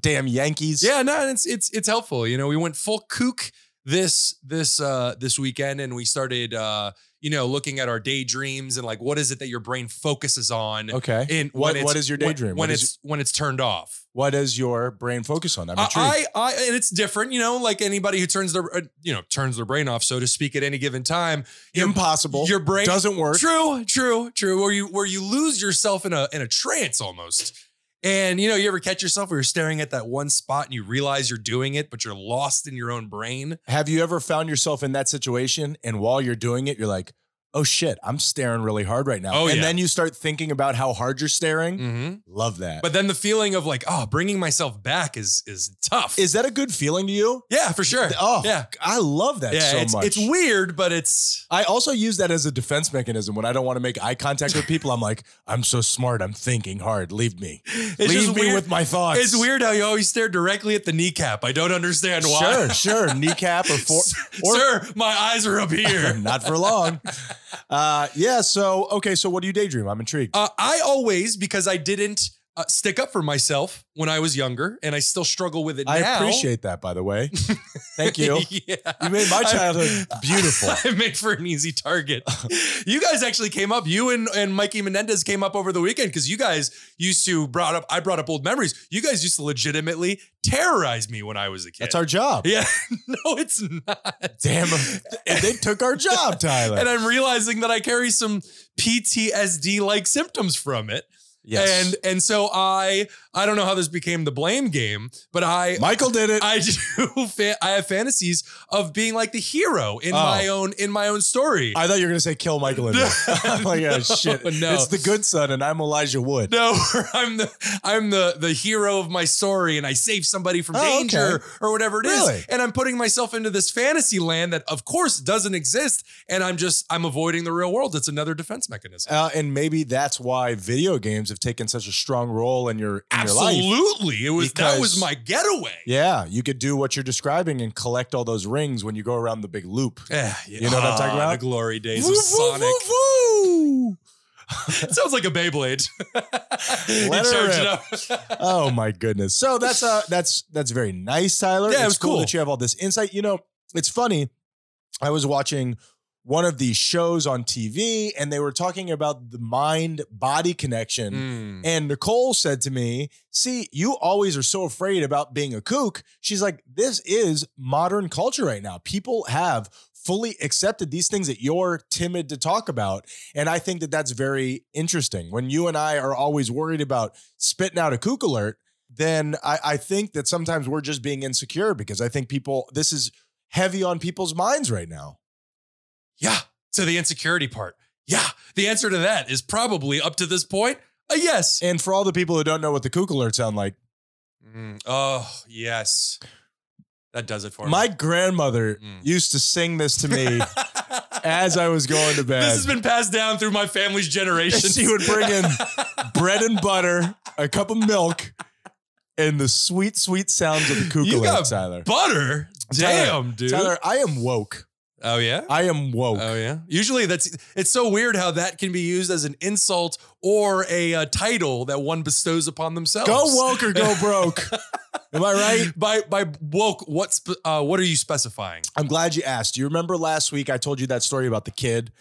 A: Damn Yankees.
B: Yeah, no, it's it's it's helpful. You know, we went full kook this this uh this weekend and we started uh you know looking at our daydreams and like what is it that your brain focuses on
A: Okay.
B: in
A: What-
B: when
A: what
B: it's-
A: is your
B: when-
A: daydream?
B: when
A: What is
B: it's when it's turned off
A: What does your brain focus on? I'm
B: I,
A: intrigued.
B: I, I, and it's different, you know, like anybody who turns their, uh, you know, turns their brain off, so to speak, at any given time. Your-
A: Impossible.
B: Your brain
A: doesn't work.
B: True, true, true. Where you, where you lose yourself in a, in a trance almost. And you know, you ever catch yourself where you're staring at that one spot and you realize you're doing it, but you're lost in your own brain.
A: Have you ever found yourself in that situation, and while you're doing it, you're like, "Oh shit, I'm staring really hard right now,"
B: Oh,
A: and
B: yeah.
A: then you start thinking about how hard you're staring.
B: Mm-hmm.
A: Love that.
B: But then the feeling of like, oh, bringing myself back is is tough.
A: is that a good feeling to you?
B: yeah, for sure.
A: Oh,
B: yeah,
A: I love that
B: yeah.
A: so
B: it's,
A: much.
B: it's weird, but it's
A: I also use that as a defense mechanism when I don't want to make eye contact with people. I'm like, I'm so smart. I'm thinking hard. Leave me.
B: it's
A: Leave
B: just
A: me
B: weird.
A: with my thoughts.
B: It's weird how you always stare directly at the kneecap. I don't understand why.
A: Sure, sure. Kneecap
B: <laughs>
A: or four. Or
B: Sir, my eyes are up here.
A: <laughs> not for long. Uh, yeah. So okay. So what do you daydream? I'm intrigued.
B: <laughs> uh, I always, because I didn't uh, stick up for myself when I was younger, and I still struggle with it
A: I
B: now. <laughs>
A: appreciate that, by the way. Thank you.
B: yeah.
A: You made
B: <laughs>
A: my childhood beautiful.
B: I made for an easy target. <laughs> you guys actually came up. You and, and Mikey Menendez came up over the weekend because you guys used to brought up. I brought up old memories. You guys used to legitimately terrorize me when I was a kid. <laughs>
A: That's our job.
B: yeah. no, it's not.
A: Damn, <laughs> if they took our job, Tyler.
B: and I'm realizing that I carry some PTSD like symptoms from it.
A: yes.
B: And and so I I don't know how this became the blame game, but I
A: Michael did it.
B: <laughs> I do fa- I have fantasies of being like the hero in
A: Oh.
B: my own in my own story.
A: I thought you were gonna say kill Michael. And
B: No. <laughs>
A: me. <laughs> I'm like, oh
B: No,
A: shit.
B: no.
A: It's the good son, and I'm Elijah Wood.
B: <laughs> no, where I'm the I'm the the hero of my story, and I save somebody from
A: Oh,
B: danger
A: okay.
B: or whatever it is,
A: Really?
B: and I'm putting myself into this fantasy land that, of course, doesn't exist, and I'm just I'm avoiding the real world. It's another defense mechanism.
A: Uh, and maybe that's why video games have taken such a strong role in your in your life.
B: Absolutely, it was that was
A: Because-
B: my getaway.
A: Yeah, you could do what you're describing and collect all those rings when you go around the big loop.
B: Yeah,
A: You know what I'm talking about?
B: Ah, The glory days
A: Woo,
B: of
A: woo,
B: Sonic. <laughs>
A: woo,
B: Sounds like a Beyblade. <laughs> You
A: Let her
B: charge
A: rip.
B: it up.
A: woo. <laughs> oh my goodness. So that's uh that's that's very nice, Tyler.
B: Yeah, it
A: it's
B: was
A: cool,
B: cool.
A: that you have all this insight. You know, it's funny. I was watching one of these shows on TV and they were talking about the mind body connection.
B: Mm.
A: And Nicole said to me, See, you always are so afraid about being a kook. She's like, This is modern culture right now. People have fully accepted these things that you're timid to talk about. And I think that that's very interesting. When you and I are always worried about spitting out a kook alert, then I, I think that sometimes we're just being insecure because I think people, this is heavy on people's minds right now.
B: Yeah, to the insecurity part. Yeah, the answer to that is probably up to this point a yes.
A: And for all the people who don't know what the kook alerts sound like,
B: Mm, Oh yes, that does it for
A: my <laughs>
B: me.
A: grandmother
B: Mm.
A: used to sing this to me. as I was going to bed.
B: <laughs> this has been passed down through my family's generation.
A: she would bring in bread and butter, a cup of milk, and the sweet, sweet sounds of the
B: You got
A: kukula, Tyler.
B: <laughs> butter. Damn, dude.
A: Tyler, I am woke.
B: Oh yeah.
A: I am woke.
B: Oh yeah. Usually that's it's so weird how that can be used as an insult or a uh, title that one bestows upon themselves.
A: go woke or
B: <laughs>
A: go broke. am I right?
B: By by woke, what spe- uh, what are you specifying?
A: I'm glad you asked. You remember last week I told you that story about the kid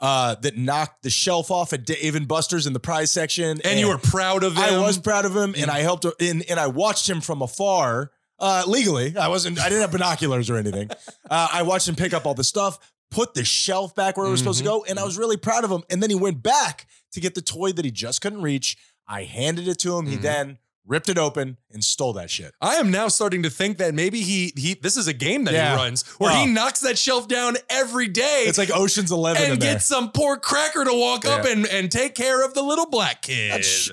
A: uh, that knocked the shelf off at Dave and Buster's in the prize section,
B: And you were proud of him.
A: I was proud of him, and I helped him, and, and I watched him from afar. Uh, legally, I wasn't. I didn't have binoculars or anything.
B: <laughs>
A: Uh, I watched him pick up all the stuff, put the shelf
B: Mm-hmm.
A: back where it was supposed to go, and I was really proud of him. And then he went back to get the toy that he just couldn't reach. I handed it to him. He
B: Mhm.
A: then ripped it open and stole that shit.
B: I am now starting to think that maybe he he this is a game that
A: Yeah.
B: he runs where
A: Well.
B: he knocks that shelf down every day
A: It's like Ocean's Eleven in
B: and
A: there.
B: gets some poor cracker to walk up
A: Yeah.
B: and, and take care of the little black kid.
A: That's-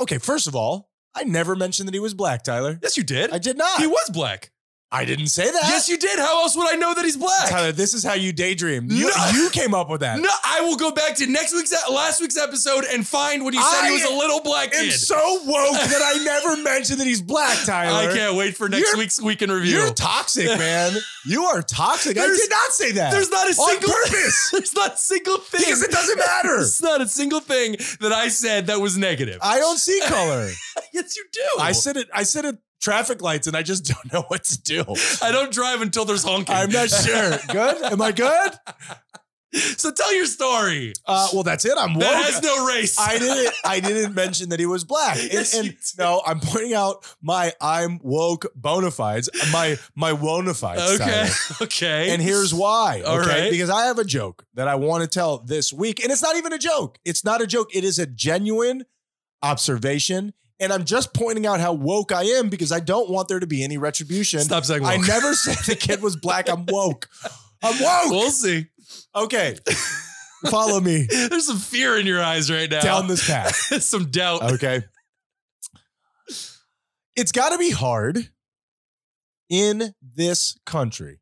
A: okay, first of all, I never mentioned that he was black, Tyler.
B: yes, you did.
A: I did not.
B: he was black.
A: I didn't say that.
B: yes, you did. How else would I know that he's black?
A: Tyler, this is how you daydream. You,
B: No.
A: you came up with that.
B: No, I will go back to next week's last week's episode and find when you said
A: I
B: he was a little black
A: I'm
B: kid.
A: so woke that I never mentioned that he's black, Tyler.
B: <laughs> I can't wait for next
A: You're-
B: week's week in review.
A: You're toxic, man. You are toxic. I
B: There's-
A: did not say that.
B: There's not a
A: On
B: single <laughs>
A: purpose.
B: There's not a single thing.
A: Because it doesn't
B: <laughs>
A: matter.
B: There's not a single thing that I said that was negative.
A: <laughs> I don't see
B: <laughs>
A: color.
B: yes, you do.
A: I sit at I sit at traffic lights and I just <laughs> don't know what to do.
B: I don't drive until there's honking.
A: I'm
B: <laughs>
A: not sure. Good? Am I good?
B: so tell your story.
A: Uh, well, that's it. I'm woke.
B: That has no race.
A: I didn't. I didn't mention that he was
B: <laughs>
A: black. And,
B: Yes,
A: and
B: you did.
A: no, I'm pointing out my I'm woke bona fides. My my bona fides.
B: <laughs> okay.
A: Tyler.
B: Okay.
A: And here's why.
B: All
A: okay.
B: right.
A: Because I have a joke that I want to tell this week. And it's not even a joke. It's not a joke. It is a genuine observation. And I'm just pointing out how woke I am because I don't want there to be any retribution.
B: Stop saying
A: I
B: woke.
A: never said the kid was black. I'm woke. I'm woke.
B: <laughs> We'll see.
A: Okay. Follow
B: <laughs>
A: me
B: There's some fear in your eyes right now.
A: down this path.
B: <laughs> some doubt.
A: Okay. It's got to be hard in this country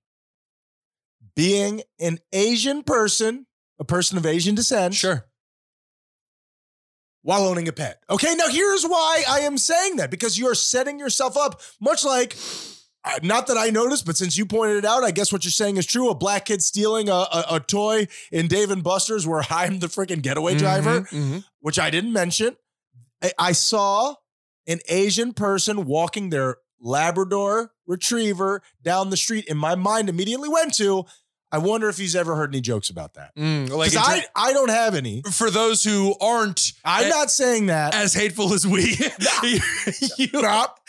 A: being an Asian person, a person of Asian descent,
B: Sure.
A: while owning a pet. Okay, now here's why I am saying that because you're setting yourself up, much like. uh, Not that I noticed, but since you pointed it out, I guess what you're saying is true. A black kid stealing a, a, a toy in Dave and Buster's, where <laughs> I'm the freaking getaway driver
B: Mhm, mhm.
A: which I didn't mention. I, I saw an Asian person walking their Labrador retriever down the street, and my mind immediately went to, I wonder if he's ever heard any jokes about that.
B: Mm, like
A: Because
B: in
A: I, I don't have any.
B: ter- for those who aren't
A: I'm
B: Eh,
A: not saying that.
B: as hateful
A: <laughs>
B: as we, <laughs> you, the,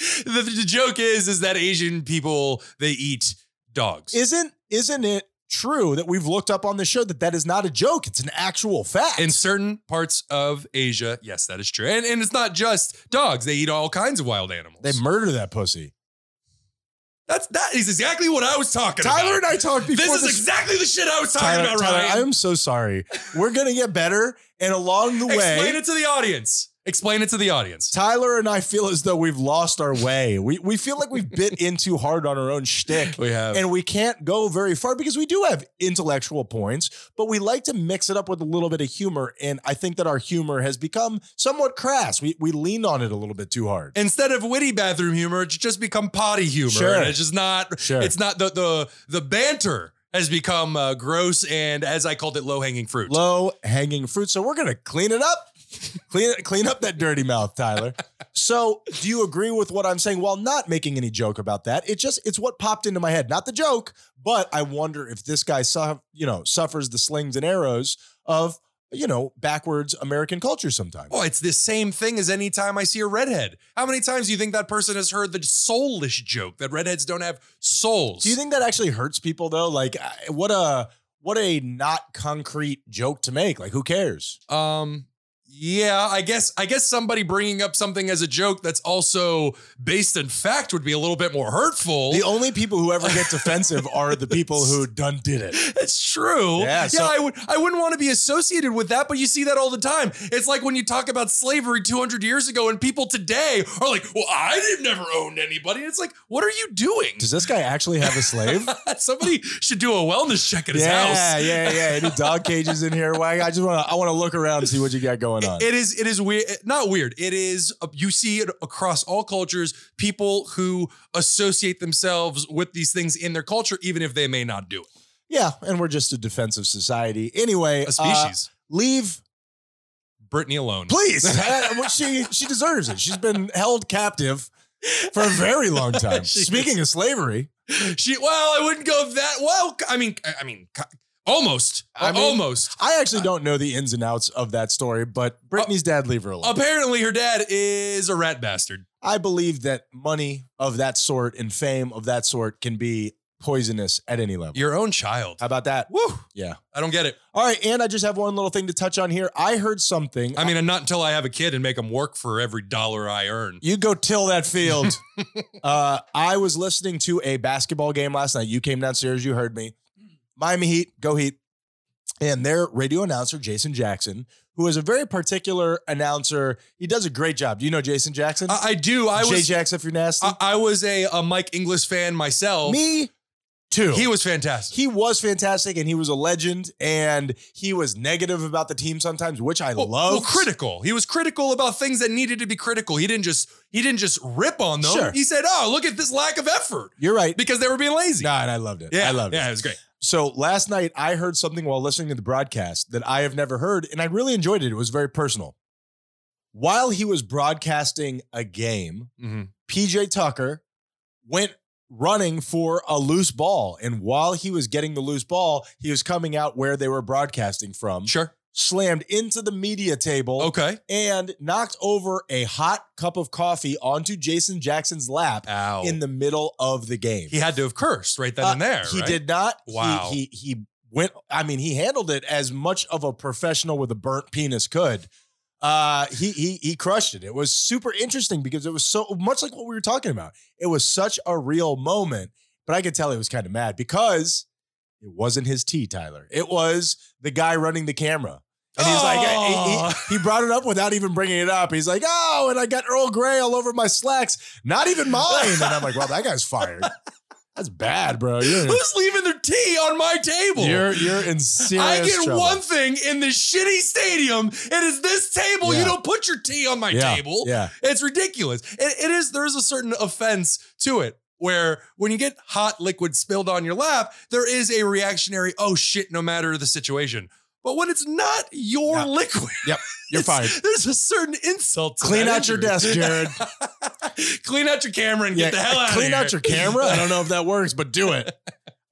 B: the joke is is that Asian people they eat dogs.
A: Isn't isn't it true that we've looked up on the show that that is not a joke? It's an actual fact.
B: in certain parts of Asia, yes, that is true. And, and it's not just dogs; they eat all kinds of wild animals.
A: they murder that pussy.
B: That's that is exactly what I was talking
A: Tyler and
B: about.
A: I talked before.
B: this is
A: the show.
B: exactly the shit I was talking
A: Tyler,
B: about,
A: Tyler, I
B: Ryan.
A: am so sorry. We're gonna get better, and along the way,
B: Explain it to the audience. Explain it to the audience.
A: Tyler and I feel as though we've lost our way. We we feel like we've bit in too hard on our own shtick.
B: We have.
A: And we can't go very far because we do have intellectual points, but we like to mix it up with a little bit of humor. And I think that our humor has become somewhat crass. We we lean on it a little bit too hard.
B: Instead of witty bathroom humor, it's just become potty humor.
A: Sure.
B: And it's just not.
A: Sure.
B: It's not the the the banter has become uh, gross and as I called it, low hanging fruit.
A: Low hanging fruit. So we're gonna clean it up. clean clean up that dirty mouth, Tyler. so do you agree with what I'm saying? While not making any joke about that, it just it's what popped into my head. Not the joke, but I wonder if this guy su- you know suffers the slings and arrows of you know backwards American culture sometimes.
B: Oh, it's the same thing as any time I see a redhead. How many times do you think that person has heard the soulless joke that redheads don't have souls?
A: Do you think that actually hurts people though? Like I- what a what a not concrete joke to make. Like who cares?
B: Um, yeah, I guess I guess somebody bringing up something as a joke that's also based in fact would be a little bit more hurtful.
A: The only people who ever get defensive are the people who done did it.
B: That's true.
A: Yeah, so-
B: I would. I wouldn't want to be associated with that, but you see that all the time. It's like when you talk about slavery 200 years ago, and people today are like, "Well, I didn't never owned anybody." It's like, what are you doing?
A: Does this guy actually have a slave?
B: <laughs> Somebody should do a wellness check at his
A: yeah,
B: house.
A: yeah, yeah. Any dog cages in here? Why? I just want to. I want to look around and see what you got going on.
B: <laughs> It is. It is weird. Not weird. It is. You see it across all cultures. People who associate themselves with these things in their culture, even if they may not do it.
A: yeah, and we're just a defensive society anyway.
B: A
A: uh,
B: species.
A: leave,
B: Brittany alone. <laughs>
A: please. Uh, well, she she deserves it. She's been held captive for a very long time.
B: <laughs> She
A: Speaking of slavery,
B: She. Well, I wouldn't go that. Well, I mean, I mean, almost.
A: I mean-
B: almost.
A: I actually don't know the ins and outs of that story, but Brittany's dad leave her alone.
B: Apparently, her dad is a rat bastard.
A: I believe that money of that sort and fame of that sort can be poisonous at any level.
B: Your own child.
A: How about that?
B: Woo!
A: Yeah.
B: I don't get it.
A: All right. And I just have one little thing to touch on here. I heard something.
B: I mean, and not until I have a kid and make them work for every dollar I earn.
A: You go till that
B: <laughs>
A: field. uh, I was listening to a basketball game last night. You came downstairs, you heard me. Miami Heat, go Heat. And their radio announcer, Jason Jackson, who is a very particular announcer. He does a great job. Do you know Jason Jackson?
B: I, I do. I
A: Jay
B: was
A: Jackson, if you're nasty.
B: I, I was a, a Mike Inglis fan myself.
A: me too.
B: He was fantastic.
A: he was fantastic and he was a legend and he was negative about the team sometimes, which I
B: well,
A: love.
B: well, critical. He was critical about things that needed to be critical. He didn't just he didn't just rip on them.
A: Sure.
B: He said, "Oh, look at this lack of effort
A: You're right.
B: because they were being lazy."
A: Nah, and I loved it.
B: yeah,
A: I loved it.
B: Yeah, it was great.
A: So last night I heard something while listening to the broadcast that I have never heard, and I really enjoyed it. It was very personal. While he was broadcasting a game,
B: Mm-hmm.
A: PJ Tucker went running for a loose ball. And while he was getting the loose ball, he was coming out where they were broadcasting from,
B: Sure.
A: slammed into the media table,
B: Okay.
A: and knocked over a hot cup of coffee onto Jason Jackson's lap
B: Ow.
A: in the middle of the game.
B: Oh. he had to have cursed right then and
A: Uh,
B: there.
A: He
B: right?
A: did not. He-
B: Wow.
A: He, he went. I mean, he handled it as much of a professional with a burnt penis could. Uh, he he he crushed it. It was super interesting because it was so much like what we were talking about. It was such a real moment, but I could tell he was kind of mad because it wasn't his tea, Tyler. It was the guy running the camera. And he's like,
B: Oh.
A: he- he, he brought it up without even bringing it up. He's like, oh, and I got Earl Grey all over my slacks, not
B: <laughs>
A: even mine. And I'm like, well, that guy's fired. That's bad, bro. You're,
B: <laughs> Who's leaving their tea on my table?
A: you're, you're in serious
B: I get
A: trouble.
B: one thing in this shitty stadium. It is this table. You
A: Yeah.
B: don't put your tea on my
A: yeah,
B: table.
A: Yeah.
B: It's ridiculous. It, it is. There is a certain offense to it where when you get hot liquid spilled on your lap, there is a reactionary. Oh shit! No matter the situation. But when it's not your
A: Yeah.
B: liquid,
A: Yep. You're
B: <laughs> it's-
A: fired.
B: There's a certain insult. To
A: Clean
B: that
A: out your
B: injury.
A: desk, Jared.
B: <laughs> clean out your camera and
A: Yeah,
B: <laughs> get the hell out.
A: Clean
B: of
A: out your
B: here.
A: camera. I don't know if that works, but do it.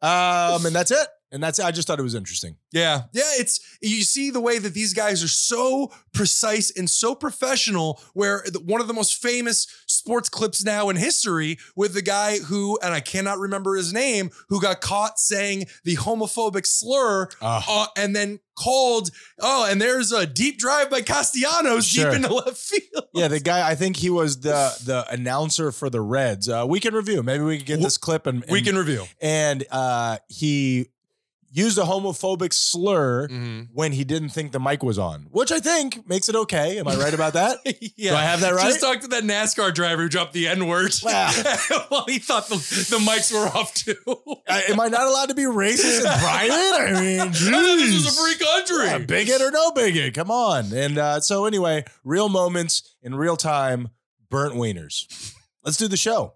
A: Um, and that's it. And that's I just thought it was interesting.
B: <laughs> Yeah. Yeah. It's, you see the way that these guys are so precise and so professional, where the, one of the most famous sports clips now in history with the guy who, and I cannot remember his name, who got caught saying the homophobic slur
A: Uh,
B: uh, and then called, oh, and there's a deep drive by Castellanos
A: Sure.
B: deep into left field.
A: yeah, the guy. I think he was the the announcer for the Reds. Uh, we can review. Maybe we can get this clip and, and
B: <laughs> We can review.
A: and uh, he used a homophobic slur
B: Mm-hmm.
A: when he didn't think the mic was on, which I think makes it okay. Am I right about that?
B: <laughs> Yeah.
A: Do I have that right?
B: Just talk to that NASCAR driver who dropped the N word.
A: Wow.
B: <laughs> well, he thought the, the mics were off too.
A: I- am I not allowed to be racist and private? I mean,
B: <laughs> I thought this
A: jeez.
B: was a free country.
A: Yeah, bigot or no bigot, come on. And uh, so anyway, real moments in real time, burnt wieners. Let's do the show.